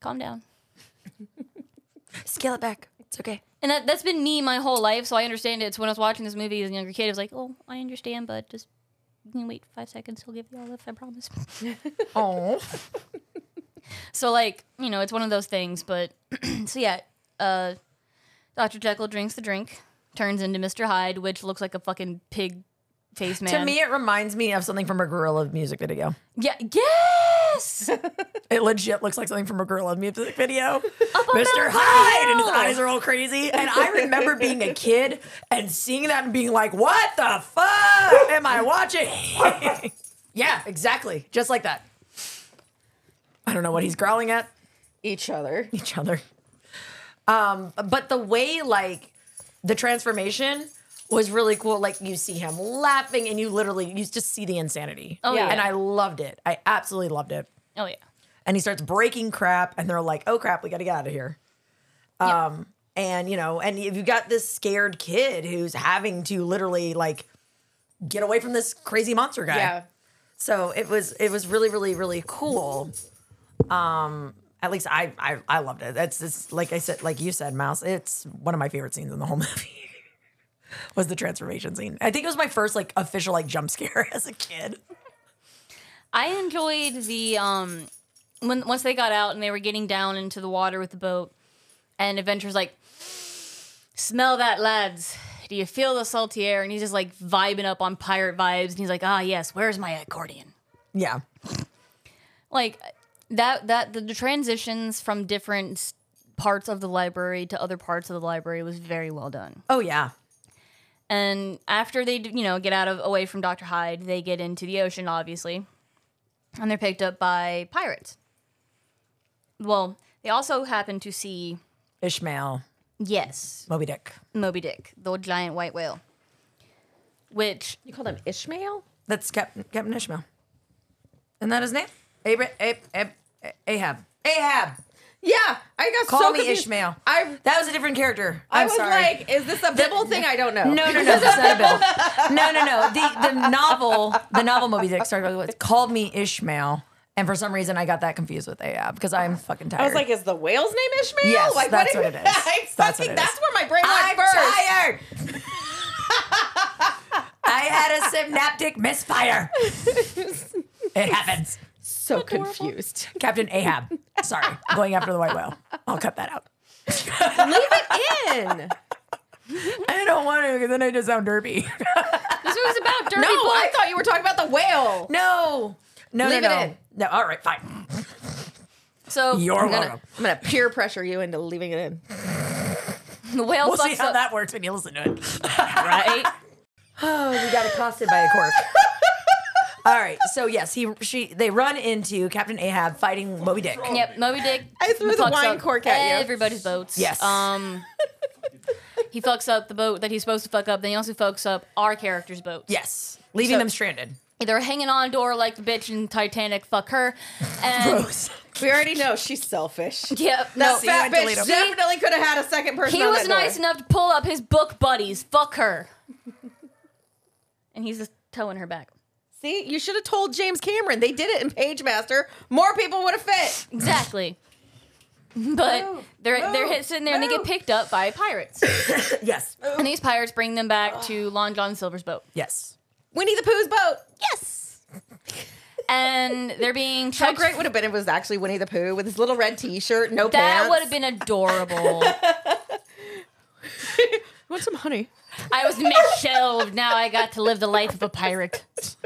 I: calm down.
G: Scale it back. It's okay.
I: And that that's been me my whole life, so I understand it. So when I was watching this movie as a younger kid, I was like, oh, I understand, but just you can wait five seconds, he'll give you all lift, I promise.
G: Oh.
I: so like, you know, it's one of those things. But so yeah, uh, Doctor Jekyll drinks the drink, turns into Mister Hyde, which looks like a fucking pig face man.
G: To me, it reminds me of something from a gorilla music video.
I: Yeah. Yes.
G: It legit looks like something from a gorilla music video.
I: Mountain
G: Mr. Hyde, and his
I: Hill.
G: eyes are all crazy. And I remember being a kid and seeing that and being like, "What the fuck am I watching?" yeah, exactly, just like that. I don't know what he's growling at.
H: Each other.
G: Each other. Um, but the way like the transformation was really cool. Like you see him laughing, and you literally you just see the insanity.
I: Oh, yeah.
G: and I loved it. I absolutely loved it
I: Oh yeah.
G: and he starts breaking crap and they're like oh crap we gotta get out of here um and you know and if you got this scared kid who's having to literally like get away from this crazy monster guy
H: Yeah.
G: so it was it was really really really cool um at least i i, I loved it that's it's like i said like you said mouse it's one of my favorite scenes in the whole movie was the transformation scene i think it was my first like official like jump scare as a kid
I: I enjoyed the um when once they got out and they were getting down into the water with the boat, and Adventure's like, "Smell that, lads." Do you feel the salty air? And he's just like vibing up on pirate vibes. And he's like, ah, yes, where's my accordion?
G: Yeah.
I: like that that the, the transitions from different s- parts of the library to other parts of the library was very well done
G: Oh yeah.
I: and after they d- you know get out of away from dr hyde they get into the ocean obviously and they're picked up by pirates well they also happen to see
G: Ishmael,
I: yes
G: Moby Dick.
I: moby dick the giant white whale which
H: you called him ishmael
G: That's Cap- Captain Ishmael. Isn't that his name? Abra- Ab- Ab- Ahab. Ahab.
H: Yeah, I got
G: Call
H: so
G: me
H: confused.
G: Ishmael.
H: I
G: that was a different character.
H: i
G: I'm
H: was
G: sorry.
H: like, is this a Bible thing? I don't know.
G: No, no, no, that's not a bill. No, no, no. The the novel, the novel Moby Dick started with it's called me Ishmael, and for some reason I got that confused with Ahab because I'm fucking tired.
H: I was like, is the whale's name Ishmael?
G: Yes,
H: like,
G: that's
H: what
G: what it is.
H: I
G: That's
H: fucking,
G: what it
H: that's
G: is.
H: where my brain went
G: I'm
H: first.
G: tired. I had a synaptic misfire. It happens.
H: So confused.
G: Captain Ahab. Sorry, going after the white whale. I'll cut that out.
H: Leave it in.
G: I don't want to because then I just sound derpy.
I: this was about dirty
H: No, I
I: books.
H: thought you were talking about the whale.
G: No. No,
H: Leave
G: no,
H: it
G: no.
H: in.
G: No, all right, fine.
I: so
G: You're
I: I'm gonna-
G: welcome.
H: I'm gonna peer pressure you into leaving it in.
I: the whale
G: We'll see
I: sucks
G: how
I: up
G: that works when you listen to it.
I: right
G: Oh, we got accosted by a cork. All right, so yes, he she they run into Captain Ahab fighting Moby Dick.
I: Yep, Moby Dick.
H: I threw the
I: fucks
H: wine
I: up
H: cork at you.
I: Everybody's boats.
G: Yes.
I: Um, he fucks up the boat that he's supposed to fuck up. Then he also fucks up our character's boat.
G: Yes, leaving
I: So-
G: them stranded.
I: They're hanging on to her like the bitch in Titanic. Fuck her. And
G: Gross.
H: We already know she's selfish.
I: Yep.
H: That
I: No.
H: fat
G: See, I delete
H: bitch
G: 'em.
H: definitely could have had a second person.
I: He
H: on
I: was
H: that
I: nice
H: door.
I: enough to pull up his book buddies. Fuck her. and he's just towing her back.
H: See, you should have told James Cameron. They did it in Pagemaster. More people would have fit.
I: Exactly. But they're they're hit- sitting there and they get picked up by pirates.
G: Yes,
I: and these pirates bring them back to Long John Silver's boat.
G: yes.
H: Winnie the Pooh's boat.
I: Yes. And they're being
H: How
I: checked.
H: great would have been if it was actually Winnie the Pooh with his little red T-shirt, no
I: that
H: pants.
I: would have been adorable.
H: Want some honey?
I: I was mishelved. Now I got to live the life of a pirate.
H: Just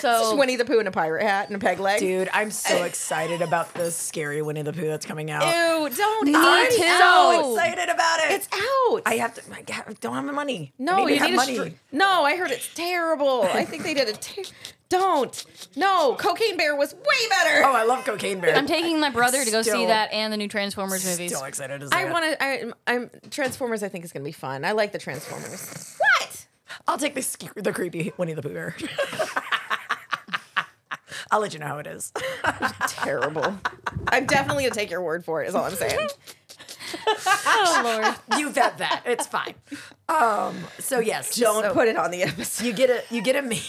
I: So
H: Winnie the Pooh in a pirate hat and a peg leg.
G: Dude, I'm so excited about this scary Winnie the Pooh that's coming out.
H: Ew, don't. Me
I: I'm
H: too.
G: So excited about it.
H: It's out.
G: I have to. I ha- don't have my money. I
H: no,
G: need to
H: you
G: have
H: need a.
G: money.
H: Str- no, I heard it's terrible. I think they did a. Ter- don't. No, Cocaine Bear was way better.
G: oh, I love Cocaine Bear.
I: I'm taking my brother to go see
G: Still-
I: that and the new Transformers movies.
G: Still excited as
H: I
G: that.
H: want to. I, I'm Transformers. I think is going to be fun. I like the Transformers. What?
G: I'll take the sc- the creepy Winnie the Pooh bear. I'll let you know how it is.
H: Terrible. I'm definitely going to take your word for it. Is all I'm saying.
I: Oh lord.
G: You vet that. It's fine. Um. So yes,
H: Don't
G: so
H: put it on the episode.
G: You get a you get a me.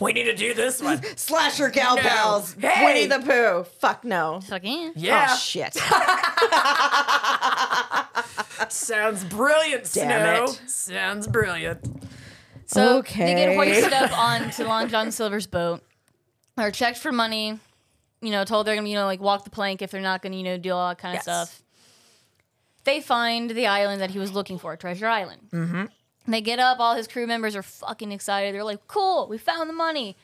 G: we need to do this one.
H: Slasher gal
G: No.
H: pals.
G: Hey.
H: Winnie the Pooh. Fuck no.
I: Fuck yeah.
G: Yeah,
H: Oh shit.
G: sounds brilliant.
H: Damn
G: Snow. Sounds brilliant.
I: So they get
H: Okay.
I: hoisted up onto Long John Silver's boat. Are checked for money. You know, told they're gonna you know like walk the plank if they're not gonna you know do all that kind of
G: Yes.
I: stuff. They find the island that he was looking for, Treasure Island. Mm-hmm. They get up. All his crew members are fucking excited. They're like, "Cool, we found the money."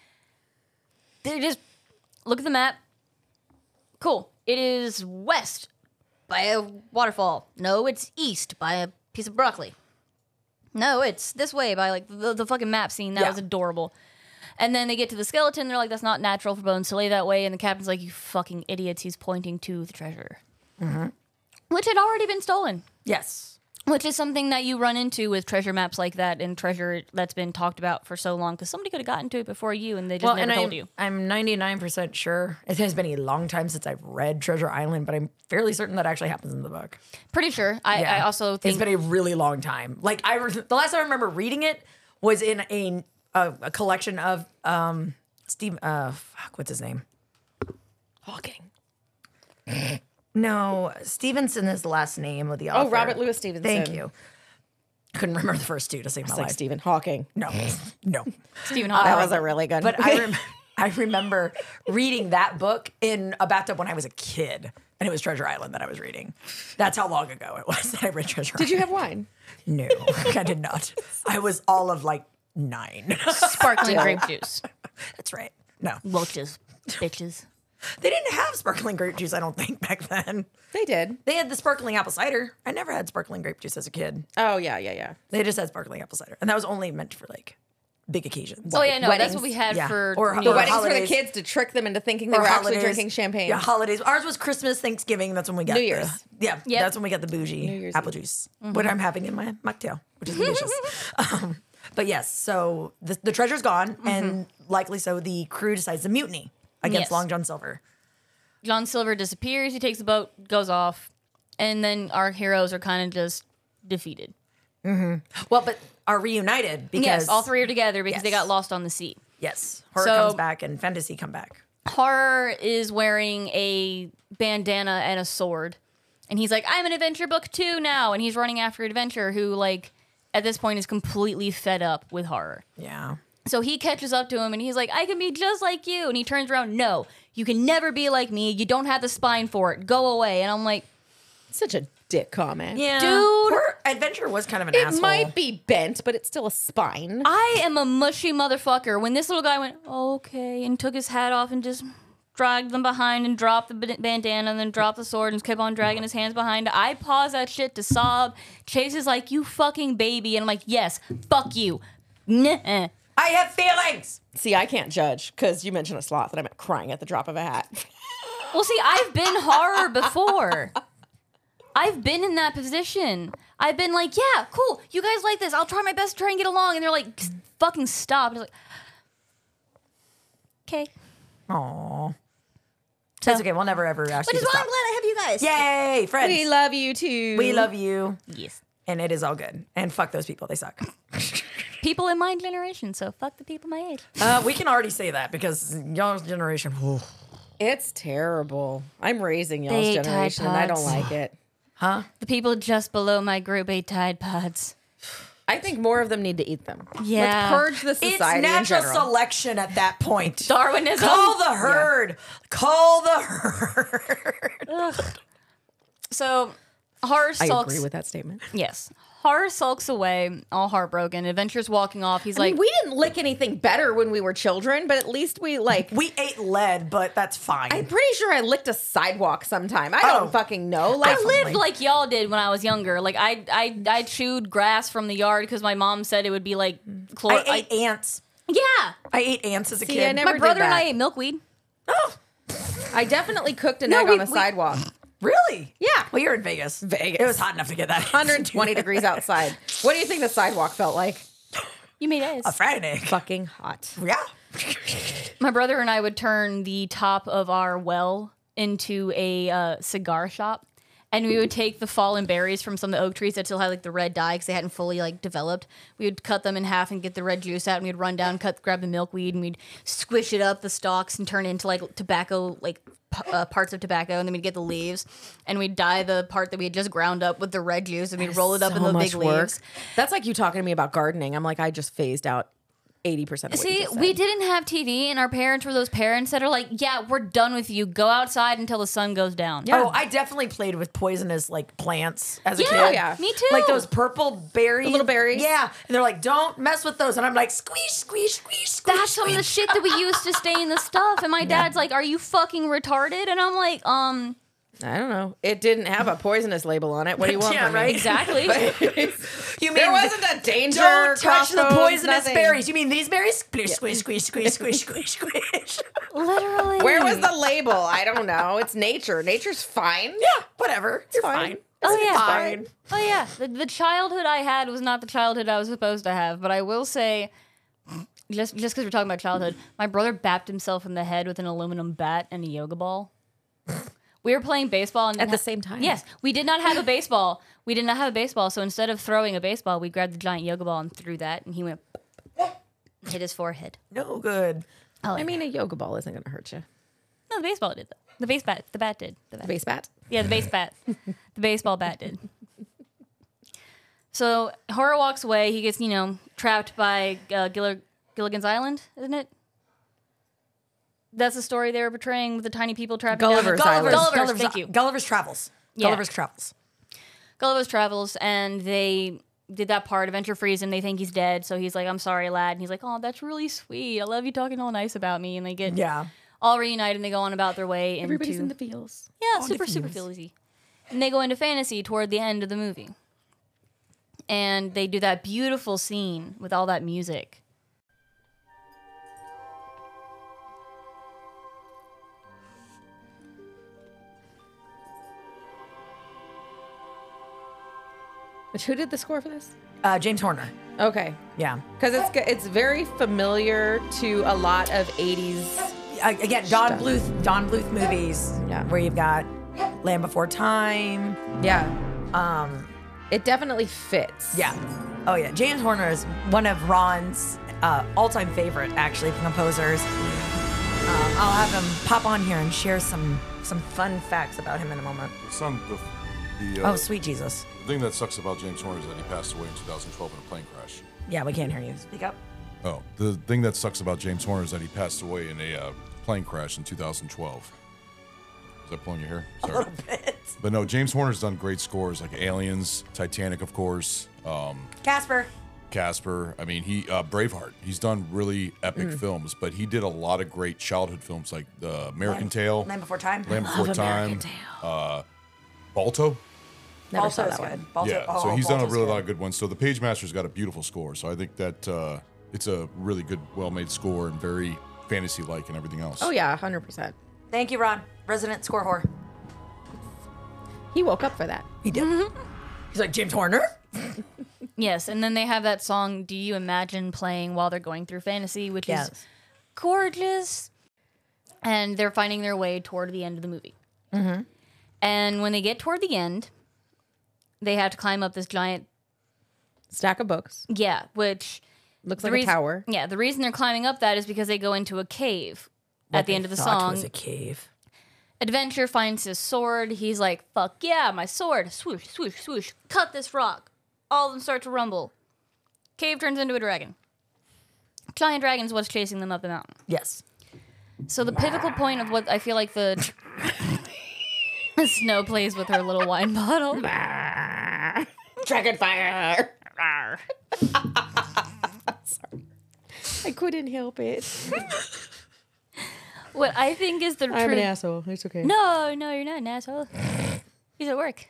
I: They just look at the map. Cool. It is west by a waterfall. No, it's east by a piece of broccoli. No, it's this way by like the, the fucking map scene. That
G: Yeah.
I: was adorable. And then they get to the skeleton. They're like, that's not natural for bones to lay that way. And the captain's like, you fucking idiots. He's pointing to the treasure, which had already been stolen,
G: Yes.
I: which is something that you run into with treasure maps like that and treasure that's been talked about for so long because somebody could have gotten to it before you and they just never told
G: I'm,
I: you.
G: I'm 99% sure. It has been a long time since I've read Treasure Island, but I'm fairly certain that actually happens in the book.
I: Pretty sure. I, I also think.
G: it's been a really long time. Like I, re- the last time I remember reading it was in a a, a collection of um Steve. Uh, fuck, what's his name? Hawking. no, Stevenson is the last name of the author.
H: Oh, Robert Louis Stevenson.
G: Thank you. Couldn't remember the first two to save my
H: It's like
G: life.
H: Stephen Hawking.
G: No, no.
I: Stephen Hawking.
H: That was a really good.
G: But I, rem- I I remember reading that book in a bathtub when I was a kid, and it was Treasure Island that I was reading. That's how long ago it was that I read Treasure
H: Did
G: Island.
H: you have wine?
G: No, I did not. I was all of like nine.
I: Sparkling grape juice.
G: That's right. No.
I: Loaches. Bitches.
G: They didn't have sparkling grape juice, I don't think, back then.
H: They did.
G: They had the sparkling apple cider. I never had sparkling grape juice as a kid.
H: Oh yeah, yeah, yeah.
G: They just had sparkling apple cider, and that was only meant for like big occasions.
I: Oh, yeah, no, that's what we had for
G: or,
H: the
G: or
H: weddings for the
G: holidays.
H: kids to trick them into thinking they
G: Or
H: were actually
G: holidays.
H: drinking champagne.
G: Yeah, holidays. Ours was Christmas, Thanksgiving. That's when we got
H: New
G: the-
H: Year's.
G: yeah, that's when we got the bougie
H: Year's
G: apple
H: Eve.
G: juice,
H: Mhm.
G: what I'm having in my mocktail, which is delicious. um, but yes, so the, the treasure's gone, and likely so the crew decides to mutiny against
I: Mm-hmm. Yes.
G: Long John Silver.
I: John Silver disappears. He takes the boat, goes off, and then our heroes are kind of just defeated.
G: Mm-hmm. Well, but are reunited because
I: yes, all three are together because they
G: Yes.
I: got lost on the sea.
G: Yes, horror
I: So-
G: comes back and fantasy come back.
I: Horror is wearing a bandana and a sword, and he's like, "I'm an adventure book too now," and he's running after Adventure, who like at this point is completely fed up with Horror.
G: Yeah.
I: So he catches up to him and he's like, I can be just like you. And he turns around, no, you can never be like me. You don't have the spine for it. Go away. And I'm like,
H: such a dick comment.
I: Dude.
G: Her adventure was kind of an
H: it
G: asshole.
H: might be bent, but it's still a spine.
I: I am a mushy motherfucker. When this little guy went, okay, and took his hat off and just dragged them behind and dropped the ban- bandana and then dropped the sword and kept on dragging his hands behind, I pause that shit to sob. Chase is like, you fucking baby. And I'm like, yes, fuck you. Nuh-uh.
G: I have feelings.
H: See, I can't judge because you mentioned a sloth and I'm crying at the drop of a hat.
I: Well, see, I've been horror before. I've been in that position. I've been like, yeah, cool. You guys like this. I'll try my best to try and get along. And they're like, "S- fucking stop. And it's like, okay.
G: Aww. That's okay. We'll never ever actually.
I: Which is
G: just
I: why
G: stop.
I: I'm glad I have you guys.
G: Yay, friends.
H: We love you too.
G: We love you.
I: Yes.
G: And it is all good. And fuck those people. They suck.
I: People in my generation, so fuck the people my age.
G: Uh, we can already say that because y'all's generation.
H: It's terrible. I'm raising y'all's
I: They ate Tide
H: generation and I don't
I: Pods.
H: like it.
G: Huh?
I: The people just below my group ate Tide Pods.
H: I think more of them need to eat them.
I: Yeah.
H: Like, purge the
G: It's
H: society in
G: natural
H: general.
G: selection at that point.
I: Darwinism.
G: Call the herd. Call the herd.
I: So, horror
H: I
I: sulks.
H: agree with that statement.
I: Yes. Horror sulks away, all heartbroken. Adventure's walking off. He's
H: I
I: like,
H: mean, we didn't lick anything better when we were children, but at least we like
G: we ate lead, but that's fine.
H: I'm pretty sure I licked a sidewalk sometime. I don't fucking know. Like
I: I lived like y'all did when I was younger. Like I I I chewed grass from the yard because my mom said it would be like chlor.
G: I ate ants.
I: yeah.
G: I ate ants as a
H: See,
G: kid.
H: I never
I: my
H: did
I: brother and
H: that.
I: I ate milkweed.
H: I definitely cooked an
I: No,
H: egg
I: we-
H: on the
I: we-
H: sidewalk.
G: Really?
H: Yeah.
G: Well, you're in Vegas. Vegas. It was hot enough to get that.
H: 120 degrees outside. What do you think the sidewalk felt like?
I: You made eggs.
G: A fried egg.
H: Fucking hot.
G: Yeah.
I: My brother and I would turn the top of our well into a uh, cigar shop. And we would take the fallen berries from some of the oak trees that still had like the red dye because they hadn't fully like developed. We would cut them in half and get the red juice out, and we'd run down, cut, grab the milkweed, and we'd squish it up the stalks and turn it into like tobacco, like p- uh, parts of tobacco. And then we'd get the leaves, and we'd dye the part that we had just ground up with the red juice, and we'd roll it up in the big leaves.
H: That's like you talking to me about gardening. I'm like, I just phased out 80% of what you
I: See,
H: just said.
I: we didn't have TV, and our parents were those parents that are like, "Yeah, we're done with you. Go outside until the sun goes down."
G: Oh, I definitely played with poisonous like plants as a
I: Yeah,
G: kid.
I: yeah. me too.
G: Like those purple berries.
I: The little berries.
G: Yeah. And they're like, don't mess with those. And I'm like, squeeze, squeeze, squeeze, squeeze.
I: Oh, That's some of the shit that we used to stain the stuff. And my dad's like, "Are you fucking retarded?" And I'm like, "Um,
H: I don't know. It didn't have a poisonous label on it. What do you want?
I: Yeah,
H: from me?
I: right. Exactly.
G: You mean
H: there wasn't a danger.
G: Don't touch the
H: crossbones,
G: poisonous
H: nothing.
G: berries. You mean these berries? Squish, squish, squish, squish, squish, squish, squish.
I: literally."
H: Where was the label? I don't know. It's nature. Nature's fine.
G: Yeah, whatever. It's fine.
I: Oh yeah.
G: fine.
I: Oh yeah. The, the childhood I had was not the childhood I was supposed to have. But I will say, just just because we're talking about childhood, my brother bapped himself in the head with an aluminum bat and a yoga ball. We were playing baseball and
H: At the same time?
I: Yes, we did not have a baseball. We did not have a baseball, so instead of throwing a baseball, we grabbed the giant yoga ball and threw that, and he went hit his forehead.
G: No good.
I: Oh,
H: I mean, a yoga ball isn't going to hurt you.
I: No, the baseball did though. The base bat. The bat did. The bat.
H: Base bat.
I: Yeah, the base bat. the baseball bat did. So Horror walks away. He gets, you know, trapped by uh, Gilli- Gilligan's Island, isn't it? that's the story they were portraying with the tiny people trapping
G: Gulliver's
I: down.
G: Island.
I: Gulliver's, Gulliver's,
G: Gulliver's-
I: thank you.
G: Gulliver's Travels.
I: Yeah.
G: Gulliver's Travels.
I: Gulliver's Travels, and they did that part. Adventure frees him. They think he's dead, so he's like, "I'm sorry, lad." And he's like, "Oh, that's really sweet. I love you talking all nice about me." And they get
G: Yeah.
I: all reunited, and they go on about their way. Into,
H: Everybody's in the feels.
I: Yeah,
H: All the
I: super super
H: feels.
I: feelsy. And they go into fantasy toward the end of the movie, and they do that beautiful scene with all that music.
H: Which who did the score for this?
G: Uh, James Horner.
H: Okay,
G: Yeah.
H: because it's g- it's very familiar to a lot of '80s.
G: Uh, again, Don Bluth, Don Bluth movies. Where you've got Land Before Time.
H: Yeah.
G: Um,
H: it definitely fits.
G: Yeah. Oh yeah. James Horner is one of Ron's uh, all-time favorite, actually, composers. Um, I'll have him pop on here and share some some fun facts about him in a moment.
A: Son, the, the, uh,
G: oh, sweet Jesus.
A: The thing that sucks about James Horner is that he passed away in 2012 in a plane crash.
G: Yeah, we can't hear you. Speak up.
A: Oh, the thing that sucks about James Horner is that he passed away in a uh, plane crash in 2012. Is that pulling your hair? Sorry. But no, James Horner's done great scores like Aliens, Titanic, of course, um,
G: Casper.
A: Casper. I mean, he uh, Braveheart. He's done really epic
G: Mm.
A: films, but he did a lot of great childhood films like The American
G: Land-
A: Tail,
G: Land Before Time.
A: Land
G: I
A: Before
G: love
A: Time,
G: American
A: uh, Balto.
G: Never Balto's saw that good. one. Balto-
A: yeah,
G: oh,
A: so he's done a
G: Balto's
A: really
G: good.
A: lot of good ones. So the Page Master's got a beautiful score. So I think that uh, it's a really good, well-made score and very fantasy-like and everything else.
H: Oh yeah, hundred percent.
G: Thank you, Ron. Resident score whore.
H: He woke up for that.
G: He did. He's like James Horner.
I: Yes, and then they have that song "Do You Imagine" playing while they're going through fantasy, which is
G: Yes.
I: gorgeous. And they're finding their way toward the end of the movie.
G: Mm-hmm.
I: And when they get toward the end, they have to climb up this giant
H: stack of books.
I: Yeah, which
H: Looks
I: the
H: like a
I: reas-
H: tower.
I: Yeah, the reason they're climbing up that is because they go into a cave at the end of the song.
G: was a cave.
I: Adventure finds his sword. He's like, "Fuck yeah, my sword!" Swoosh, swoosh, swoosh. Cut this rock. All of them start to rumble. Cave turns into a dragon. Giant dragon's what's chasing them up the mountain.
G: Yes.
I: So the pivotal point of what I feel like the Snow plays with her little wine bottle.
H: Dragon fire. I couldn't help it.
I: what I think is the
H: I'm an
I: true-
H: asshole. It's okay.
I: No, no, you're not an asshole. He's at work.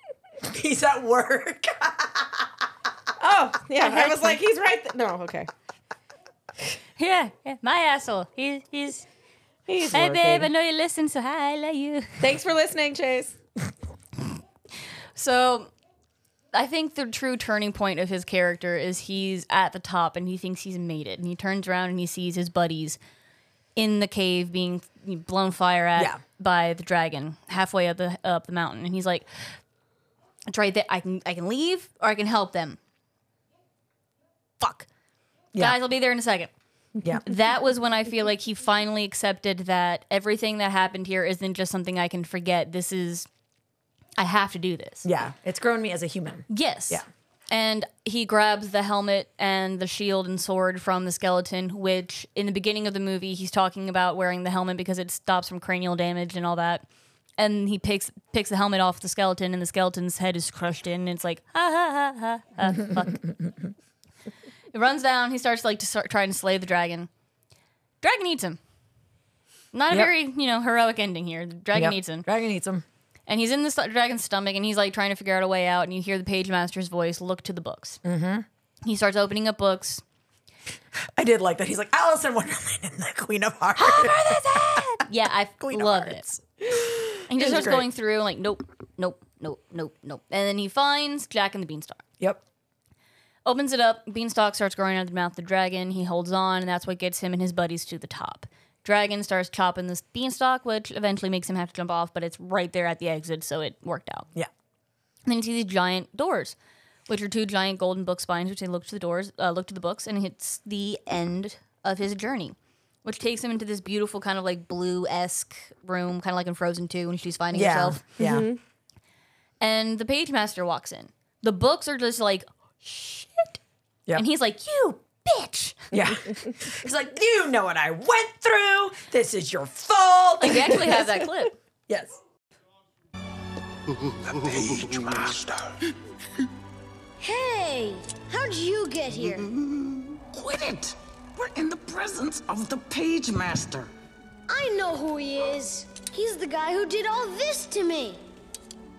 G: He's at work.
H: oh, yeah. I
I: had
H: was
I: some.
H: like, he's right. Th- no, okay.
I: Yeah, yeah, my asshole. He, he's.
H: He's
I: hey, babe,
H: working.
I: I know you listen, so hi, I love you.
H: Thanks for listening, Chase.
I: So, I think the true turning point of his character is he's at the top and he thinks he's made it. And he turns around and he sees his buddies in the cave being blown fire at
G: Yeah.
I: by the dragon halfway up the up the mountain. And he's like, "It's right there. I can I can leave or I can help them." Fuck,
G: Yeah.
I: guys, I'll be there in a second.
G: Yeah.
I: that was when I feel like he finally accepted that everything that happened here isn't just something I can forget. This is, I have to do this.
G: Yeah. It's grown me as a human.
I: Yes.
G: Yeah.
I: And he grabs the helmet and the shield and sword from the skeleton, which in the beginning of the movie he's talking about wearing the helmet because it stops from cranial damage and all that. And he picks picks the helmet off the skeleton, and the skeleton's head is crushed in. And it's like ha ha ha ha ha. Fuck. It runs down. He starts like to start trying to slay the dragon. Dragon eats him. Not a
G: Yep.
I: very you know heroic ending here. The dragon
G: Yep.
I: eats him.
G: Dragon eats him.
I: And he's in the st- dragon's stomach, and he's like trying to figure out a way out. And you hear the page master's voice. Look to the books.
G: Mm-hmm.
I: He starts opening up books.
G: I did like that. He's like Alice in Wonderland and the Queen of Hearts.
I: Yeah, I love it. And he
G: It was
I: just starts
G: great.
I: going through like, nope, nope, nope, nope, nope. And then he finds Jack and the Beanstalk.
G: Yep.
I: Opens it up. Beanstalk starts growing out of the mouth of the dragon. He holds on, and that's what gets him and his buddies to the top. Dragon starts chopping this beanstalk, which eventually makes him have to jump off, but it's right there at the exit, so it worked out.
G: Yeah.
I: And then you see these giant doors, which are two giant golden book spines, which they look to the doors, uh, look to the books, and it's the end of his journey, which takes him into this beautiful kind of like blue esque room, kind of like in Frozen Two when she's finding
G: Yeah,
I: herself.
G: yeah. Mhm.
I: And the page master walks in. The books are just like shit,
G: Yep.
I: and he's like, "You
G: bitch. Yeah. He's like, you know what I went through. This is your fault.
I: Like, we actually have that clip.
G: Yes.
A: The page master.
R: Hey, how'd you get here?
A: Mm-hmm.
B: Quit it! We're in the presence of the page master.
R: I know who he is. He's the guy who did all this to me.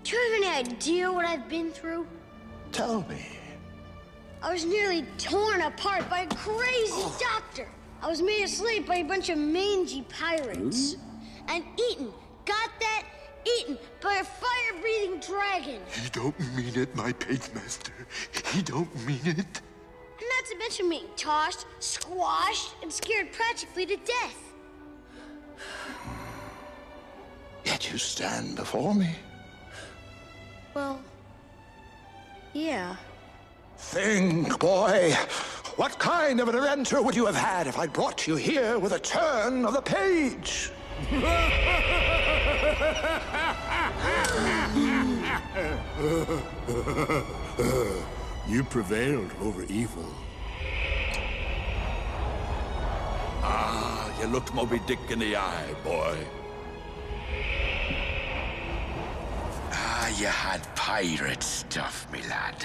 R: Do you have any idea what I've been through?
A: Tell me.
R: I was nearly torn apart by a crazy
A: Oh.
R: doctor. I was made a slave by a bunch of mangy pirates.
A: Hmm?
R: And eaten, got that? Eaten by a fire breathing dragon.
B: He don't mean it, my page master. He don't mean it.
R: And not to mention being tossed, squashed, and scared practically to death.
A: Yet you stand before me.
R: Well, yeah.
A: Think, boy. What kind of an adventure would you have had if I brought you here with a turn of the page?
B: you prevailed over evil. Ah, you looked Moby Dick in the eye, boy. Ah, you had pirate stuff, me lad.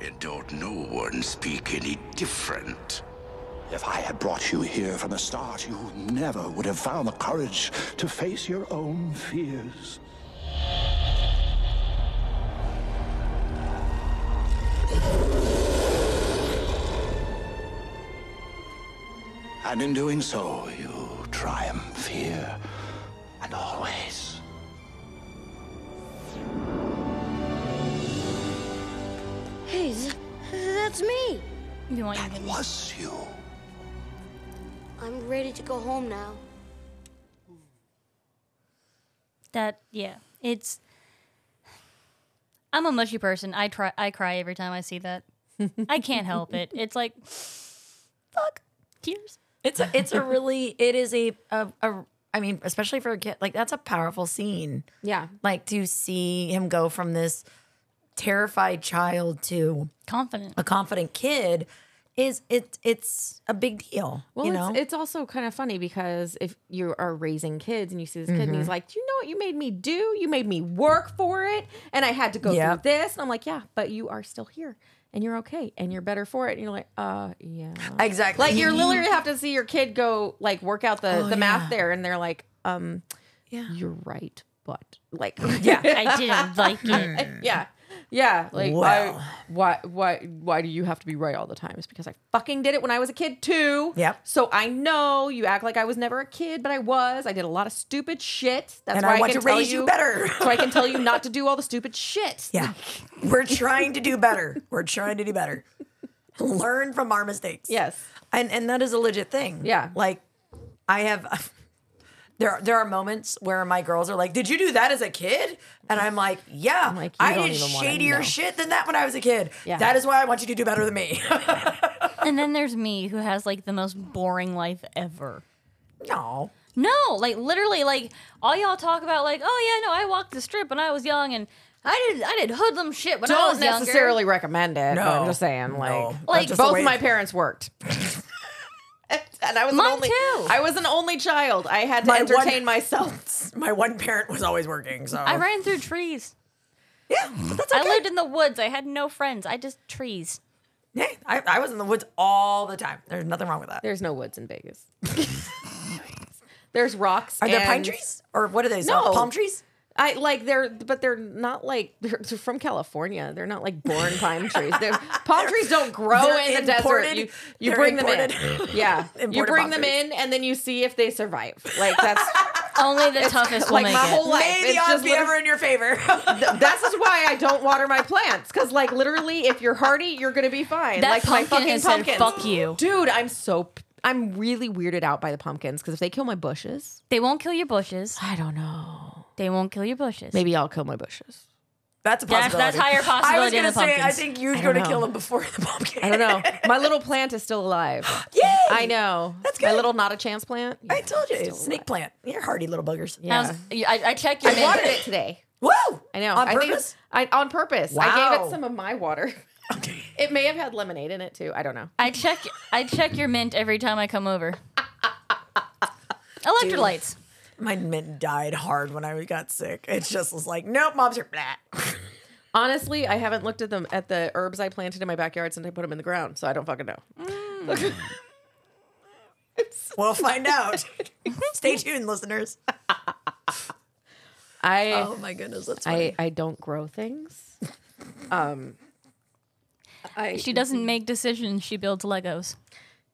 B: And don't no one speak any different.
A: If I had brought you here from the start, you never would have found the courage to face your own fears. And in doing so, you triumph here and always.
R: Hey, th- that's me.
I: You want that
A: was you.
R: I'm ready to go home now.
I: That yeah, it's. I'm a mushy person. I try. I cry every time I see that. I can't help it. It's like, fuck, tears.
G: It's a, it's a really it is a, a, a I mean especially for a kid like that's a powerful scene.
H: Yeah.
G: Like to see him go from this terrified child to
I: confident
G: a confident kid is it it's a big deal.
H: Well,
G: you
H: it's-
G: know?
H: it's, also kind of funny because if you are raising kids and you see this kid and
G: Mhm.
H: he's like, "Do you know what you made me do? You made me work for it, and I had to go
G: Yep.
H: through this." And I'm like, "Yeah, but you are still here, and you're okay, and you're better for it." And you're like, "Uh, yeah,
G: Exactly.
H: Like you're literally have to see your kid go like work out the
G: Oh,
H: the math
G: yeah.
H: there, and they're like, "Um,
G: yeah,
H: you're right, but like,
G: Yeah.
H: I didn't like it. yeah." Yeah, like
G: Well.
H: I, why why why do you have to be right all the time? It's because I fucking did it when I was a kid too.
G: Yep.
H: So I know you act like I was never a kid, but I was. I did a lot of stupid shit. That's
G: And I
H: why
G: want
H: can
G: to
H: tell
G: raise you better.
H: so I can tell you not to do all the stupid shit.
G: Yeah. We're trying to do better. We're trying to do better. Learn from our mistakes.
H: Yes.
G: And and that is a legit thing. Yeah. Like I have there there are moments where my girls are like, "Did you do that as a kid?" And I'm like, "Yeah.
H: "You
G: I
H: don't
G: did
H: even wanna
G: shadier
H: know."
G: shit than that when I was a kid.
H: Yeah.
G: That is why I want you to do better than me."
I: and then there's me who has like the most boring life ever.
G: No.
I: No, like literally, like all y'all talk about, like, oh yeah, no, I walked the strip when I was young, and I did, I did hoodlum shit when I was
H: Don't
I: younger.
H: necessarily recommend it. but
G: No.
H: I'm just saying, like,
I: Like- just a
H: both
I: way
H: my
I: of-
H: parents worked. And I was
I: Mine
H: an only,
I: too.
H: I was an only child. I had to
G: My one-
H: entertain myself.
G: my one parent was always working, so
I: I ran through trees.
G: Yeah,
I: I lived in the woods. I had no friends. I just trees.
G: Hey, I, I was in the woods all the time. There's nothing wrong with that.
H: There's no woods in Vegas. There's rocks.
G: Are there pine
H: and-
G: trees? Or what are they? No. Palm trees?
H: I like they're, but they're not like they're, they're from California. They're not like born pine trees. They're, palm trees don't grow
G: they're
H: in the
G: imported-
H: desert. You, you
G: they're
H: bring them
G: imported.
H: in. Yeah, you
G: Imported
H: bring
G: palm
H: them
G: trees.
H: in, and then you see if they survive. Like that's
I: Only the
H: it's
I: toughest
H: Like
I: will
H: my
I: make it.
H: whole life,
G: May the
H: it's
G: odds
H: just
G: be
H: liter-
G: ever in your favor.
H: Th- that's just why I don't water my plants because, like, literally, if you're hardy, you're gonna be fine.
I: That
H: like my
I: pumpkin
H: fucking
I: has said,
H: pumpkins.
I: "Fuck you."
H: dude. I'm so p- I'm really weirded out by the pumpkins because if they kill my bushes,
I: They won't kill your bushes.
H: I don't know.
I: They won't kill your bushes.
H: Maybe I'll kill my bushes.
G: That's a
I: That's-
G: possibility.
I: that's higher
G: I was
I: possibility than
G: gonna
I: the
G: say, I
I: pumpkins.
G: think you're
I: I
G: going
I: don't
G: to kill
I: know.
G: him before the pumpkin.
H: I don't know. My little plant is still alive.
G: Yay!
H: I know. That's good. My little not a chance plant.
G: I told you, snake plant. You're hardy little buggers.
H: Yeah.
I: I, I checked your
H: I watered it today.
G: Whoa!
H: I know.
G: On
H: I think
G: purpose?
H: I, on purpose. I gave
G: Wow.
H: it some of my water. It may have had lemonade in it too. I don't know.
I: I check I check your mint every time I come over. Electrolytes.
G: My mint died hard when I got sick. It just was like, nope, mom's are blah.
H: Honestly, I haven't looked at them at the herbs I planted in my backyard since I put them in the ground, so I don't fucking know.
G: we'll find out. Stay tuned, listeners.
H: I
G: Oh my goodness, that's
H: I
G: funny.
H: I don't grow things. Um, I
I: she doesn't make decisions, she builds Legos.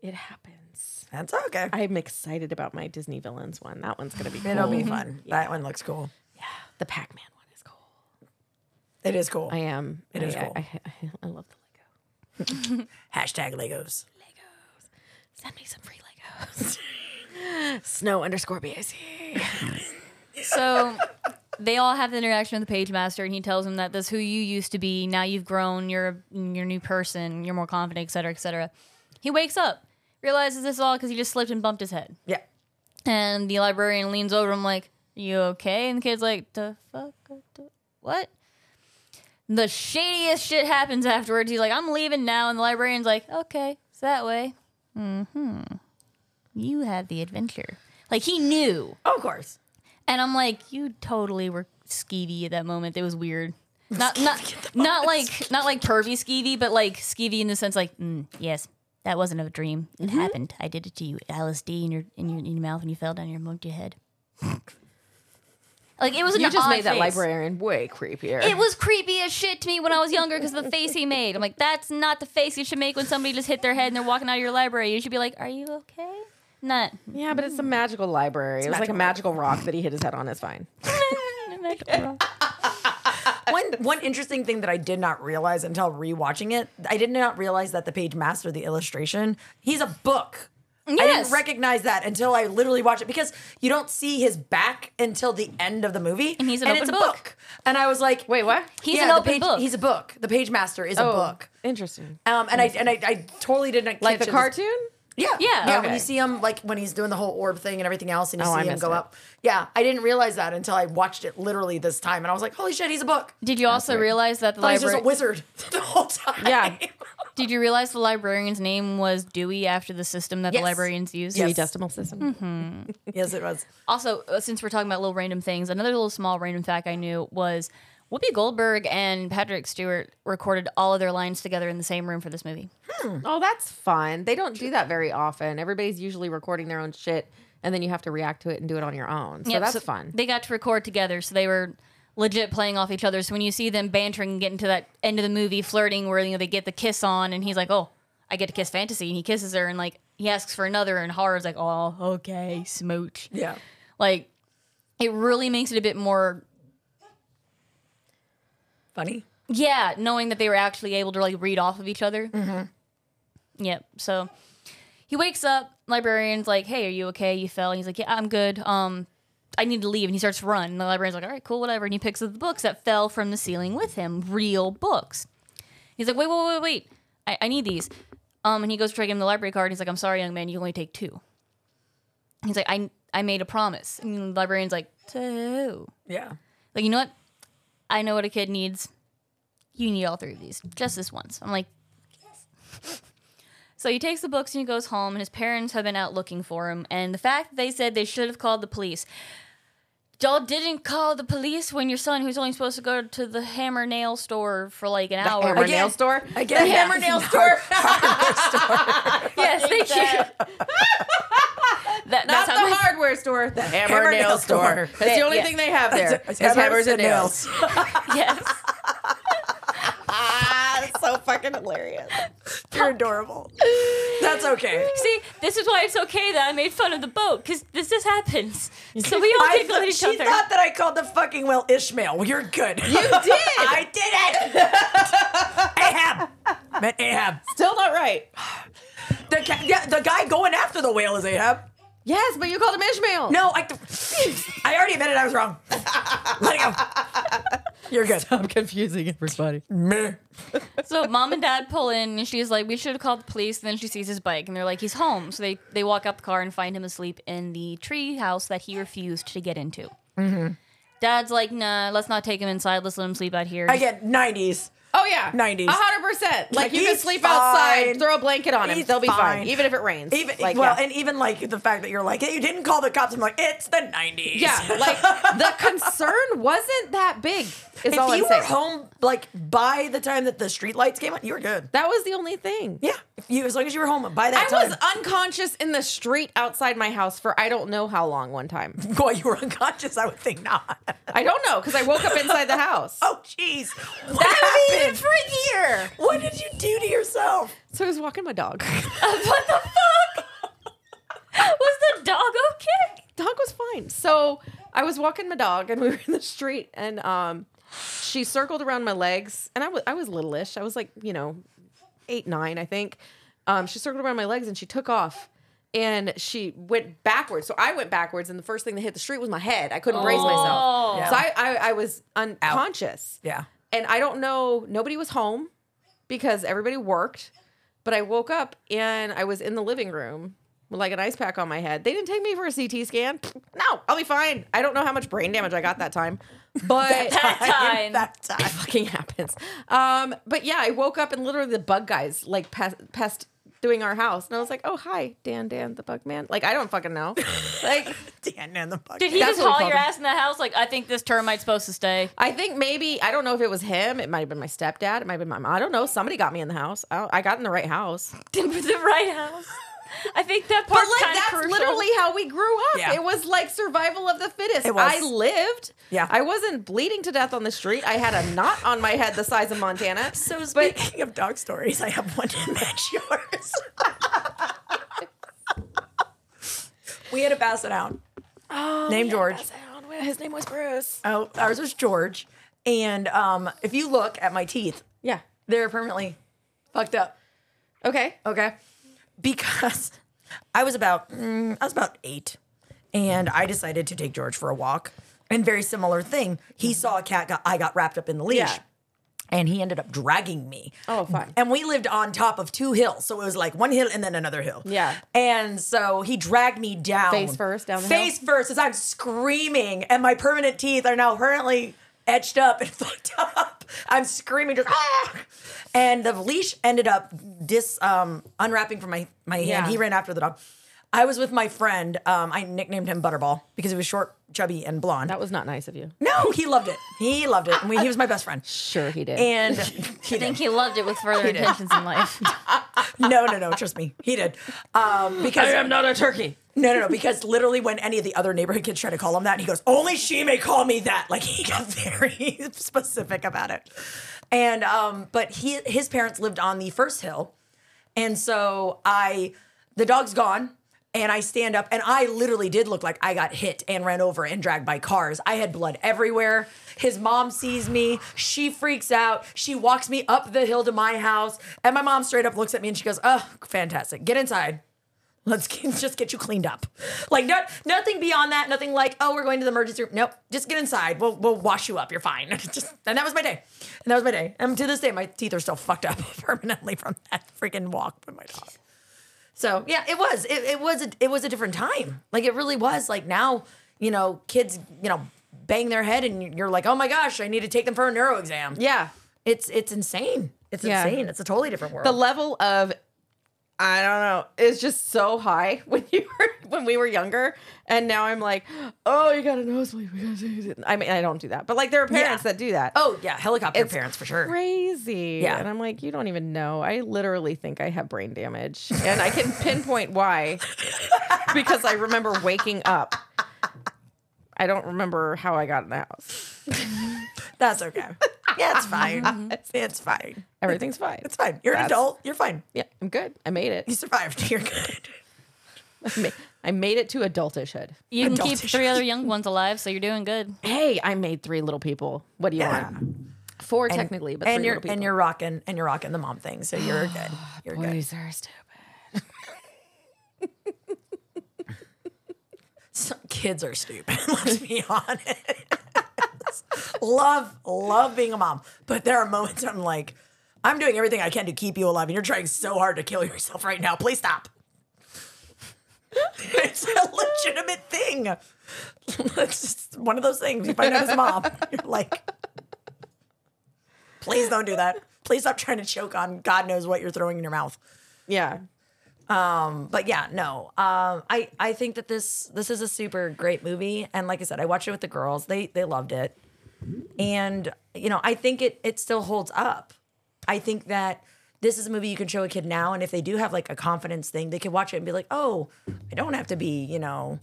H: It happens.
G: That's okay.
H: I'm excited about my Disney villains one. That one's gonna be cool.
G: It'll be fun. That one looks cool.
H: The Pac-Man
G: It is cool.
H: I am.
G: It is
H: I-
G: cool.
H: I, I, I love the Lego.
G: Hashtag Legos.
H: Send me some free Legos. Snow underscore BAC.
I: So they all have the interaction with the page master, and he tells them that that's who you used to be. Now you've grown. You're a- you're a new person. You're more confident, et cetera, et cetera. He wakes up, realizes this is all because he just slipped and bumped his head.
G: Yeah.
I: And the librarian leans over him like, "You okay?" And the kid's like, "The fuck? What the- What?" The shadiest shit happens afterwards. He's like, "I'm leaving now," and the librarian's like, "Okay, it's that way." Hmm. You had the adventure. Like he knew.
G: Oh, Of course.
I: And I'm like, you totally were skeevy at that moment. It was weird. Not not not like not like pervy skeevy, but like skeevy in the sense like, mm, yes, that wasn't a dream. It
H: Mm-hmm.
I: happened. I did it to you. LSD in your in your, in your mouth, and you fell down. You bumped your head. like it was an
H: You just
I: odd
H: made that
I: face.
H: librarian way creepier.
I: It was creepy as shit to me when I was younger because of the face he made. I'm like, that's not the face you should make when somebody just hit their head and they're walking out of your library. You should be like, are you okay? Not.
H: Yeah, but it's a magical library. it was like a magical rock that he hit his head on. It's fine.
G: one one interesting thing that I did not realize until rewatching it, I did not realize that the page master, the illustration, he's a book. I
I: Yes.
G: didn't recognize that until I literally watched it because you don't see his back until the end of the movie, and
I: he's an open
G: it's a
I: book.
G: book. And I was like, "Wait,
H: what?
I: He's an open
G: page,
I: book.
G: He's a book. The page master is
I: Oh,
G: a book.
H: Interesting.
G: Um, and I and I, I totally didn't
H: Like the
G: catch it.
H: cartoon?
G: Yeah,
H: Yeah.
G: yeah.
H: Okay.
G: When you see him, like when he's doing the whole orb thing and everything else, and you
H: Oh, I
G: see him
H: missed
G: go
H: it.
G: up. Yeah, I didn't realize that until I watched it literally this time, and I was like, "Holy shit, he's a book."
I: Did you also realize that the
H: Oh,
G: Thought he was just
I: library
G: a wizard the whole time?
I: Yeah. Did you realize the librarian's name was Dewey after the system that
G: Yes.
I: the librarians use?
H: Dewey Yes. Decimal System.
I: hmm
G: yes, it was.
I: Also, uh, since we're talking about little random things, another little small random fact I knew was Whoopi Goldberg and Patrick Stewart recorded all of their lines together in the same room for this movie.
H: Oh, that's fun. They don't do that very often. Everybody's usually recording their own shit, and then you have to react to it and do it on your own. So
I: Yep,
H: that's fun.
I: They got to record together, so they were legit playing off each other. So when you see them bantering and getting to that end of the movie, flirting, where you know they get the kiss on, and he's like, "Oh, I get to kiss Fantasy," and he kisses her, and like he asks for another, and Hara's like, "Oh, okay, smooch."
G: Yeah.
I: like it really makes it a bit more
G: Funny.
I: yeah, knowing that they were actually able to like read off of each other. Mm-hmm. Yep. So he wakes up. Librarian's like, "Hey, are you okay? You fell." And he's like, "Yeah, I'm good. Um, I need to leave." And he starts to run. And the librarian's like, "All right, cool, whatever." And he picks up the books that fell from the ceiling with him, real books. He's like, "Wait, wait, wait, wait! I, I need these." Um, and he goes to take him the library card. And he's like, "I'm sorry, young man. You can only take two. He's like, "I I made a promise." And the librarian's like, "Two."
G: Yeah.
I: Like, you know what? I know what a kid needs. You need all three of these, just this once. I'm like, so he takes the books and he goes home, and his parents have been out looking for him. And the fact that they said they should have called the police. Y'all didn't call the police when your son, who's only supposed to go to the hammer nail store for like an hour,
H: hammer nail Again. store?
I: again,
H: Again.
I: the hammer
H: Yeah.
I: nail store. yes, thank you. That,
H: Not
I: that's how
H: the
I: my-
H: hardware store, the hammer,
I: Hammer
H: nail,
I: nail
H: store.
I: store.
H: That's the only
I: Yeah.
H: thing they have there.
I: It's
H: It's hammers, and nails.
I: yes.
H: ah, that's so fucking hilarious.
G: You're adorable. That's okay.
I: See, this is why it's okay that I made fun of the boat because this just happens. So we all
G: I
I: giggle at
G: thought-
I: each
G: she
I: other.
G: thought that I called the fucking well Ishmael. Well, you're good. You did. I did it. Ahab. Met Ahab.
H: Still not right.
G: The ca- yeah, the guy going after the whale is Ahab.
H: Yes, but you called him Ishmael.
G: No, I. I already admitted I was wrong. Let it go. You're good.
H: Stop confusing everybody.
G: Meh.
I: so mom and dad pull in, and she's like, "We should have called the police." And then she sees his bike, and they're like, "He's home." So they they walk out the car and find him asleep in the tree house that he refused to get into.
G: Mm-hmm.
I: Dad's like, "Nah, let's not take him inside. Let's let him sleep out here."
G: Again, 90s.
H: Oh yeah,
G: 90s.
H: A hundred percent. Like,
G: Like,
H: you can
G: he's
H: sleep
G: fine.
H: outside, throw a blanket on him,
G: He's
H: they'll be fine.
G: fine.
H: even if it rains.
G: Even
H: Like,
G: well,
H: yeah.
G: and even like the fact that you're like, hey, you didn't call the cops. I'm like, it's the 90s.
H: Yeah, like the concern wasn't that big. Is
G: if
H: all I'm
G: you
H: saying.
G: were home like by the time that the street lights came on, you were good.
H: That was the only thing.
G: Yeah, if you as long as you were home by
H: I
G: that time.
H: was unconscious in the street outside my house for I don't know how long one time.
G: Boy, you were unconscious. I would think not.
H: I don't know because I woke up inside the house.
G: Oh, jeez. What
H: That would be even
G: happened?
H: freakier.
G: What did you do to yourself?
H: So I was walking my dog.
I: was the dog okay?
H: Dog was fine. So I was walking my dog and we were in the street and um, she circled around my legs and I was I was littleish. I was like you know eight nine I think. Um, she circled around my legs and she took off and she went backwards. So I went backwards and the first thing that hit the street was my head. I couldn't raise myself.
I: Oh. Yeah.
H: So I I, I was unconscious.
G: Yeah.
H: And I don't know, nobody was home because everybody worked. But I woke up and I was in the living room with like an ice pack on my head. They didn't take me for a CT scan. No, I'll be fine. I don't know how much brain damage I got that time. But
I: time.
G: That time.
H: fucking happens. Um, but yeah, I woke up and literally the bug guys like pest, pest doing our house. And I was like, oh, hi, Dan, Dan, the bug man. Like, I don't fucking know. Like,
G: Dan and the bug.
I: Did he
H: That's
I: just
H: what we
I: haul
H: called
I: your
H: him.
I: ass in the house? Like, I think this termite's supposed to stay.
H: I think maybe I don't know if it was him. It might have been my stepdad. It might have been my mom. I don't know. Somebody got me in the house. I, I got in the right house.
I: the right house. I think that
H: But
I: part's
H: like
I: kind of
H: that's
I: crucial.
H: literally how we grew up.
I: Yeah.
H: It was like survival of the fittest.
I: It was.
H: I lived.
G: Yeah.
H: I wasn't bleeding to death on the street. I had a knot on my head the size of Montana.
G: So speaking of dog stories, I have one to match yours. we had a basset hound
H: Oh,
G: named
H: yeah,
G: George.
H: that's how it- His name was Bruce.
G: Oh, ours was George. And um, if you look at my teeth,
H: yeah,
G: they're permanently fucked up.
H: Okay,
G: okay. Because I was about mm, I was about eight, and I decided to take George for a walk. And very similar thing. He saw a cat. Got, I got wrapped up in the leash.
H: Yeah.
G: And he ended up dragging me.
H: Oh, fun.
G: And we lived on top of two hills. So it was like one hill and then another hill.
H: Yeah.
G: And so he dragged me down.
H: Face first down the hill?
G: Face first as I'm screaming, and my permanent teeth are now currently etched up and fucked up. I'm screaming just ah! And the leash ended up dis um, unwrapping from my my hand.
H: Yeah.
G: He ran after the dog. I was with my friend. Um, I nicknamed him Butterball because he was short, chubby, and blonde.
H: That was not nice of you.
G: No, he loved it. He loved it. And we, he was my best friend.
H: Sure, he did.
G: And
I: I think he loved it with further
G: He did.
I: intentions in life.
G: no, no, no. Trust me, he did. Um, because
H: I am not a turkey.
G: No, no, no. Because literally, when any of the other neighborhood kids try to call him that, he goes, "Only she may call me that." Like he got very specific about it. And um, but he his parents lived on the first hill, and so I the dog's gone. And I stand up, and I literally did look like I got hit and ran over and dragged by cars. I had blood everywhere. His mom sees me. She freaks out. She walks me up the hill to my house. And my mom straight up looks at me and she goes, Oh, fantastic. Get inside. Let's get, just get you cleaned up. Like no, nothing beyond that. Nothing like, oh, we're going to the emergency room. Nope. Just get inside. We'll we'll wash you up. You're fine. Just, and that was my day. And that was my day. And to this day, my teeth are still fucked up permanently from that freaking walk with my dog. So yeah, it was. It, it was. A, it was a different time. Like it really was. Like now, you know, kids, you know, bang their head, and you're like, oh my gosh, I need to take them for a neuro exam.
H: Yeah.
G: It's it's insane. It's
H: Yeah.
G: insane. It's a totally different world.
H: The level of I don't know is just so high when you were when we were younger, and now I'm like, oh, you got a nosebleed. We gotta do it. I mean, I don't do that, but like there are parents
G: Yeah.
H: that do that.
G: Oh yeah, helicopter
H: It's
G: parents for sure.
H: Crazy.
G: Yeah.
H: And I'm like, you don't even know. I literally think I have brain damage. And I can pinpoint why because I remember waking up. I don't remember how I got in the house.
G: That's okay. Yeah, it's fine. it's fine.
H: Everything's fine.
G: It's fine. You're an
H: That's-
G: adult. You're fine.
H: Yeah, I'm good. I made it.
G: You survived. You're good.
H: I ma- I made it to adultishhood.
I: You can keep
H: Adultish.
I: three other young ones alive, so you're doing good.
H: Hey, I made three little people. What do you
G: Yeah.
H: want? Four technically, but
G: and
H: three
G: you're
H: little people.
G: and you're rocking and you're rocking the mom thing. So you're good. You're
H: Boys
G: good.
H: are stupid.
G: Some kids are stupid. Let's be honest. love love being a mom, but there are moments I'm like, I'm doing everything I can to keep you alive, and you're trying so hard to kill yourself right now. Please stop. it's a legitimate thing. it's just one of those things you find out as a mom. You're like, Please don't do that. Please stop trying to choke on God knows what you're throwing in your mouth.
H: Yeah.
G: Um, but yeah, no. Um, I I think that this this is a super great movie, and like I said, I watched it with the girls. They they loved it, and you know I think it it still holds up. I think that this is a movie you can show a kid now, and if they do have like a confidence thing, they could watch it and be like, oh, I don't have to be you know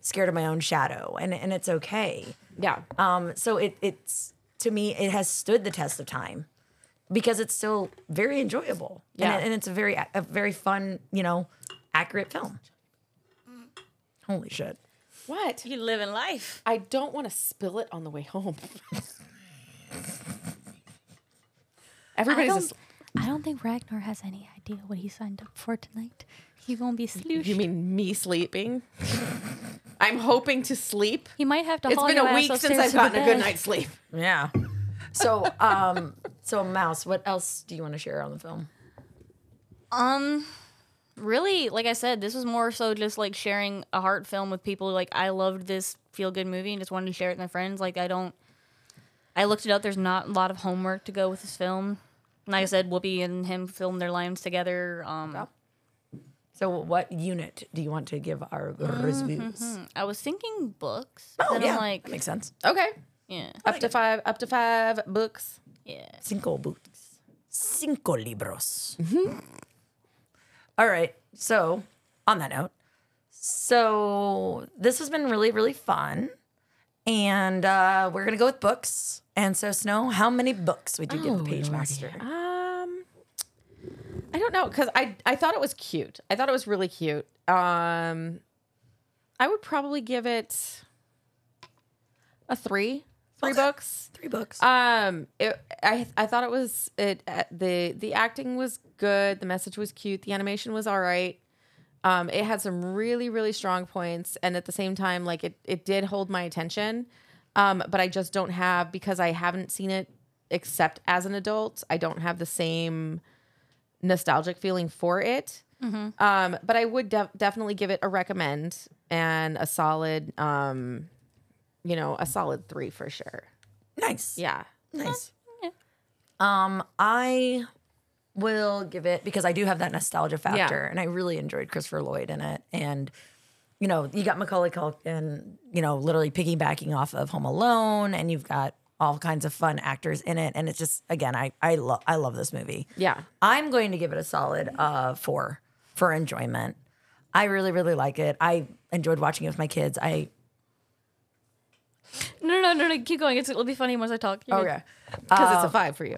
G: scared of my own shadow, and and it's okay.
H: Yeah.
G: Um. So it it's to me it has stood the test of time because it's still very enjoyable. And
H: Yeah.
G: it- and it's a very a very fun, you know, accurate film. Holy shit.
H: What? You living life. I don't want to spill it on the way home. Everybody's
S: I don't,
H: just-
S: I don't think Ragnar has any idea what he signed up for tonight. He gonna be sleeping.
H: you mean me sleeping? I'm hoping to sleep.
S: He might have to.
H: It's
S: haul
H: been
S: your
H: a
S: ass
H: week since
S: upstairs
H: I've
S: to the
H: gotten a good
S: bed.
H: night's sleep.
G: Yeah. So um so Mouse, what else do you want to share on the film?
I: Um, really, like I said, this was more so just like sharing a heart film with people. Like I loved this feel good movie and just wanted to share it with my friends. Like I don't, I looked it up. There's not a lot of homework to go with this film. And Like I said, Whoopi and him filmed their lines together. Um,
G: So what unit do you want to give our reviews?
I: mhm. I was thinking books.
G: Oh,
I: then I'm
G: yeah,
I: like,
G: that makes sense.
H: Okay.
I: Yeah.
H: Up to five. Up to five books.
I: Yeah.
G: Cinco books. Cinco libros. All right. So, on that note, so this has been really, really fun. And uh, we're going to go with books. And so, Snow, how many books would you give the Page Master?
H: Um, I don't know because I I thought it was cute. I thought it was really cute. Um, I would probably give it a three, three books,
G: three books.
H: Um, it, I I thought it was it uh, the the acting was good, the message was cute, the animation was all right. Um, it had some really really strong points, and at the same time, like it it did hold my attention. Um, but I just don't have because I haven't seen it except as an adult. I don't have the same nostalgic feeling for it.
I: Mhm.
H: Um, but I would def- definitely give it a recommend and a solid, um, you know, a solid three for sure.
G: Nice.
H: Yeah.
G: Nice. Um, I will give it because I do have that nostalgia factor,
H: Yeah.
G: and I really enjoyed Christopher Lloyd in it. And you know, you got Macaulay Culkin, you know, literally piggybacking off of Home Alone, and you've got all kinds of fun actors in it. And it's just again, I I love I love this movie.
H: Yeah.
G: I'm going to give it a solid uh, four for enjoyment. I really, really like it. I enjoyed watching it with my kids. I
I: No, no, no, no. Keep going. It's, it'll be funny once I talk. You're good.
G: okay
H: Because it's a five for you.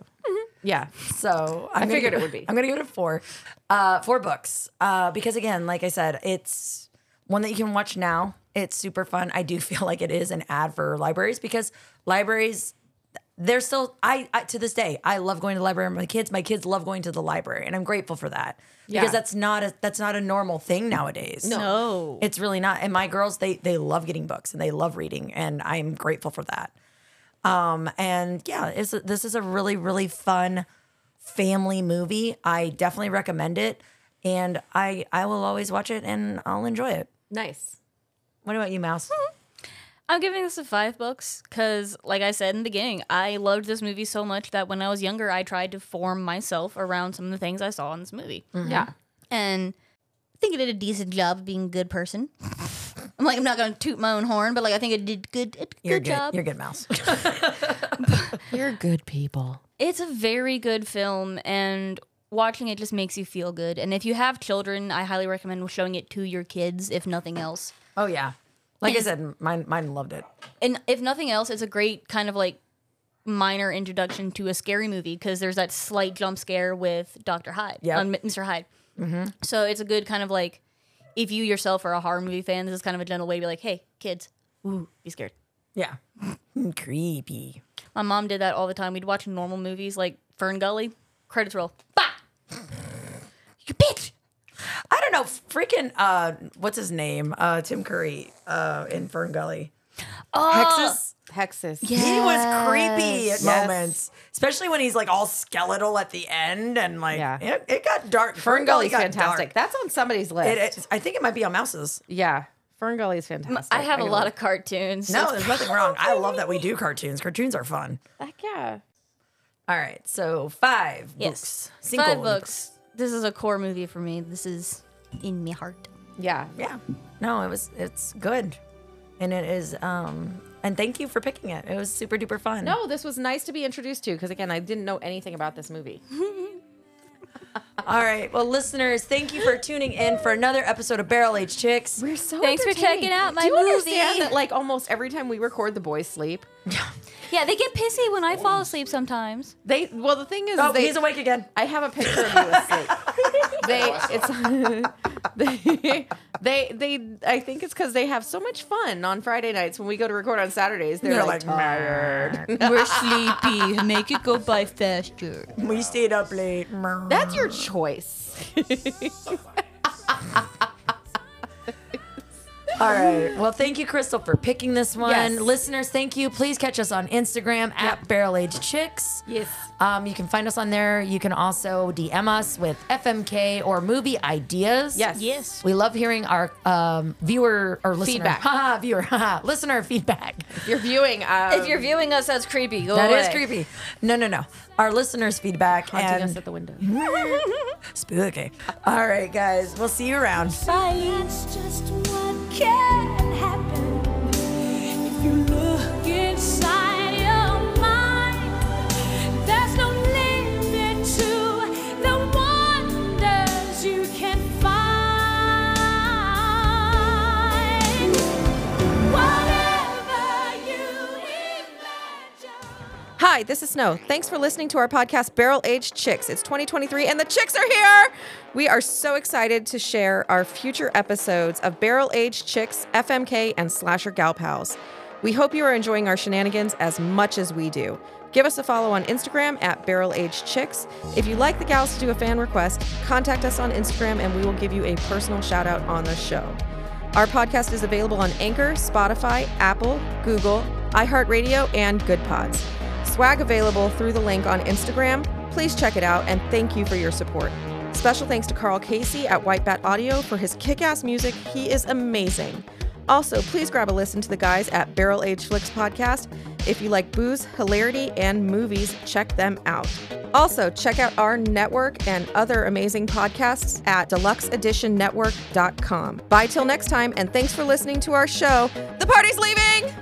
H: Yeah.
G: So
H: I
G: gonna
H: figured
G: give
H: it would be.
G: I'm gonna give it a four, uh, four books. Uh, because again, like I said, it's one that you can watch now. It's super fun. I do feel like it is an ad for libraries because libraries, they're still. I, I to this day, I love going to the library. with My kids, my kids love going to the library, and I'm grateful for that
H: Yeah.
G: because that's not a that's not a normal thing nowadays.
H: No. No.
G: it's really not. And my girls, they they love getting books and they love reading, and I'm grateful for that. Um, and yeah, it's, this is a really, really fun family movie. I definitely recommend it, and I I will always watch it and I'll enjoy it. Mm-hmm.
H: Nice.
G: What about you, Mouse?
I: I'm giving this a five books because, like I said in the beginning, I loved this movie so much that when I was younger, I tried to form myself around some of the things I saw in this movie.
G: Mm-hmm.
H: Mhm. Yeah.
I: And I think it did a decent job of being a good person. I'm like, I'm not going to toot my own horn, but like, I think it did good. It,
G: You're
I: good, job.
G: You're good, Mouse.
H: You're good people.
I: It's a very good film, and watching it just makes you feel good. And if you have children, I highly recommend showing it to your kids, if nothing else.
G: Oh yeah, like I
I: It's-
G: said, mine mine loved it.
I: and if nothing else, it's a great kind of like minor introduction to a scary movie because there's that slight jump scare with Doctor Hyde,
G: Yep.
I: on Mr. Hyde.
G: Mm-hmm.
I: So it's a good kind of like if you yourself are a horror movie fan, this is kind of a gentle way to be like, hey, kids, ooh, be scared.
G: Yeah, Mm, creepy.
I: My mom did that all the time. We'd watch normal movies like Fern Gully, credits roll, bah,
G: I don't know. Freaking uh, what's his name? Uh, Tim Curry uh, in Fern Gully.
H: Uh,
G: Hexus.
H: Hexus.
G: He was creepy at
H: Yes.
G: moments, especially when he's like all skeletal at the end, and like it, it got dark.
H: Fern Gully's
G: got
H: fantastic.
G: dark.
H: That's on somebody's list.
G: It- it- I think it might be on Mouse's.
H: Yeah, Fern Gully's fantastic.
I: I have a lot of cartoons.
G: No, there's nothing wrong. I love that we do cartoons. Cartoons are fun.
H: Heck yeah.
G: All right, so five
T: Yes.
G: books. Cinco
T: Five
G: libros.
T: books. This is a core movie for me. This is in my heart.
H: Yeah.
G: Yeah. No, it was it's good. And it is um and thank you for picking it. It was super duper fun.
U: No,
H: this was nice to be introduced to because again, I didn't know anything about this movie.
G: All right. Well, listeners, thank you for tuning in for another episode of Barrel Age Chicks. We're so
T: Thanks for entertaining. checking out my
H: Do you
T: movie.
H: understand that like almost every time we record, the boys sleep?
V: Yeah, they get pissy when I fall asleep sometimes.
H: They well, the thing is,
V: Oh,
H: they,
V: he's awake
G: again.
H: I have a picture of you asleep. they, it's they, they, they. I think it's because they have so much fun on Friday nights when we go to record on Saturdays. They're,
G: They're
H: like,
G: like,
H: tired.
G: We're
T: sleepy. Make it go by faster.
G: We stayed up late.
H: That's your choice.
G: All right. Well, thank you, Crystal, for picking this one.
H: Yes.
G: Listeners, thank you. Please catch us on Instagram at Barrel Age Chicks.
H: Yes.
G: Um, you can find us on there. You can also DM us with FMK or movie ideas.
H: Yes. Yes.
G: We love hearing our um, viewer or listener
H: Feedback.
G: haha, viewer haha, listener feedback.
H: If you're viewing, um,
T: if you're viewing us, that's creepy. Go
G: That
T: away.
G: is creepy. No, no, no. Our listeners' feedback
T: Haunting
G: and
T: us at the window.
G: Spooky. All right, guys. We'll see you around.
I: That's just what can happen if you look inside your mind. There's no limit to the wonders you can find. Whatever you
H: Hi, this is Snow. Thanks for listening to our podcast, Barrel Age Chicks. It's 2023 and the chicks are here. We are so excited to share our future episodes of Barrel Age Chicks, FMK, and Slasher Gal Pals. We hope you are enjoying our shenanigans as much as we do. Give us a follow on Instagram at Barrel Age Chicks. If you like the gals to do a fan request, contact us on Instagram and we will give you a personal shout out on the show. Our podcast is available on Anchor, Spotify, Apple, Google, iHeartRadio, and Good Pods. Swag available through the link on Instagram. Please check it out and thank you for your support. Special thanks to Carl Casey at White Bat Audio for his kick ass music. He is amazing. Also, please grab a listen to the guys at Barrel Age Flicks Podcast. If you like booze, hilarity, and movies, check them out. Also, check out our network and other amazing podcasts at deluxeeditionnetwork.com. Bye till next time, and thanks for listening to our show. The party's leaving!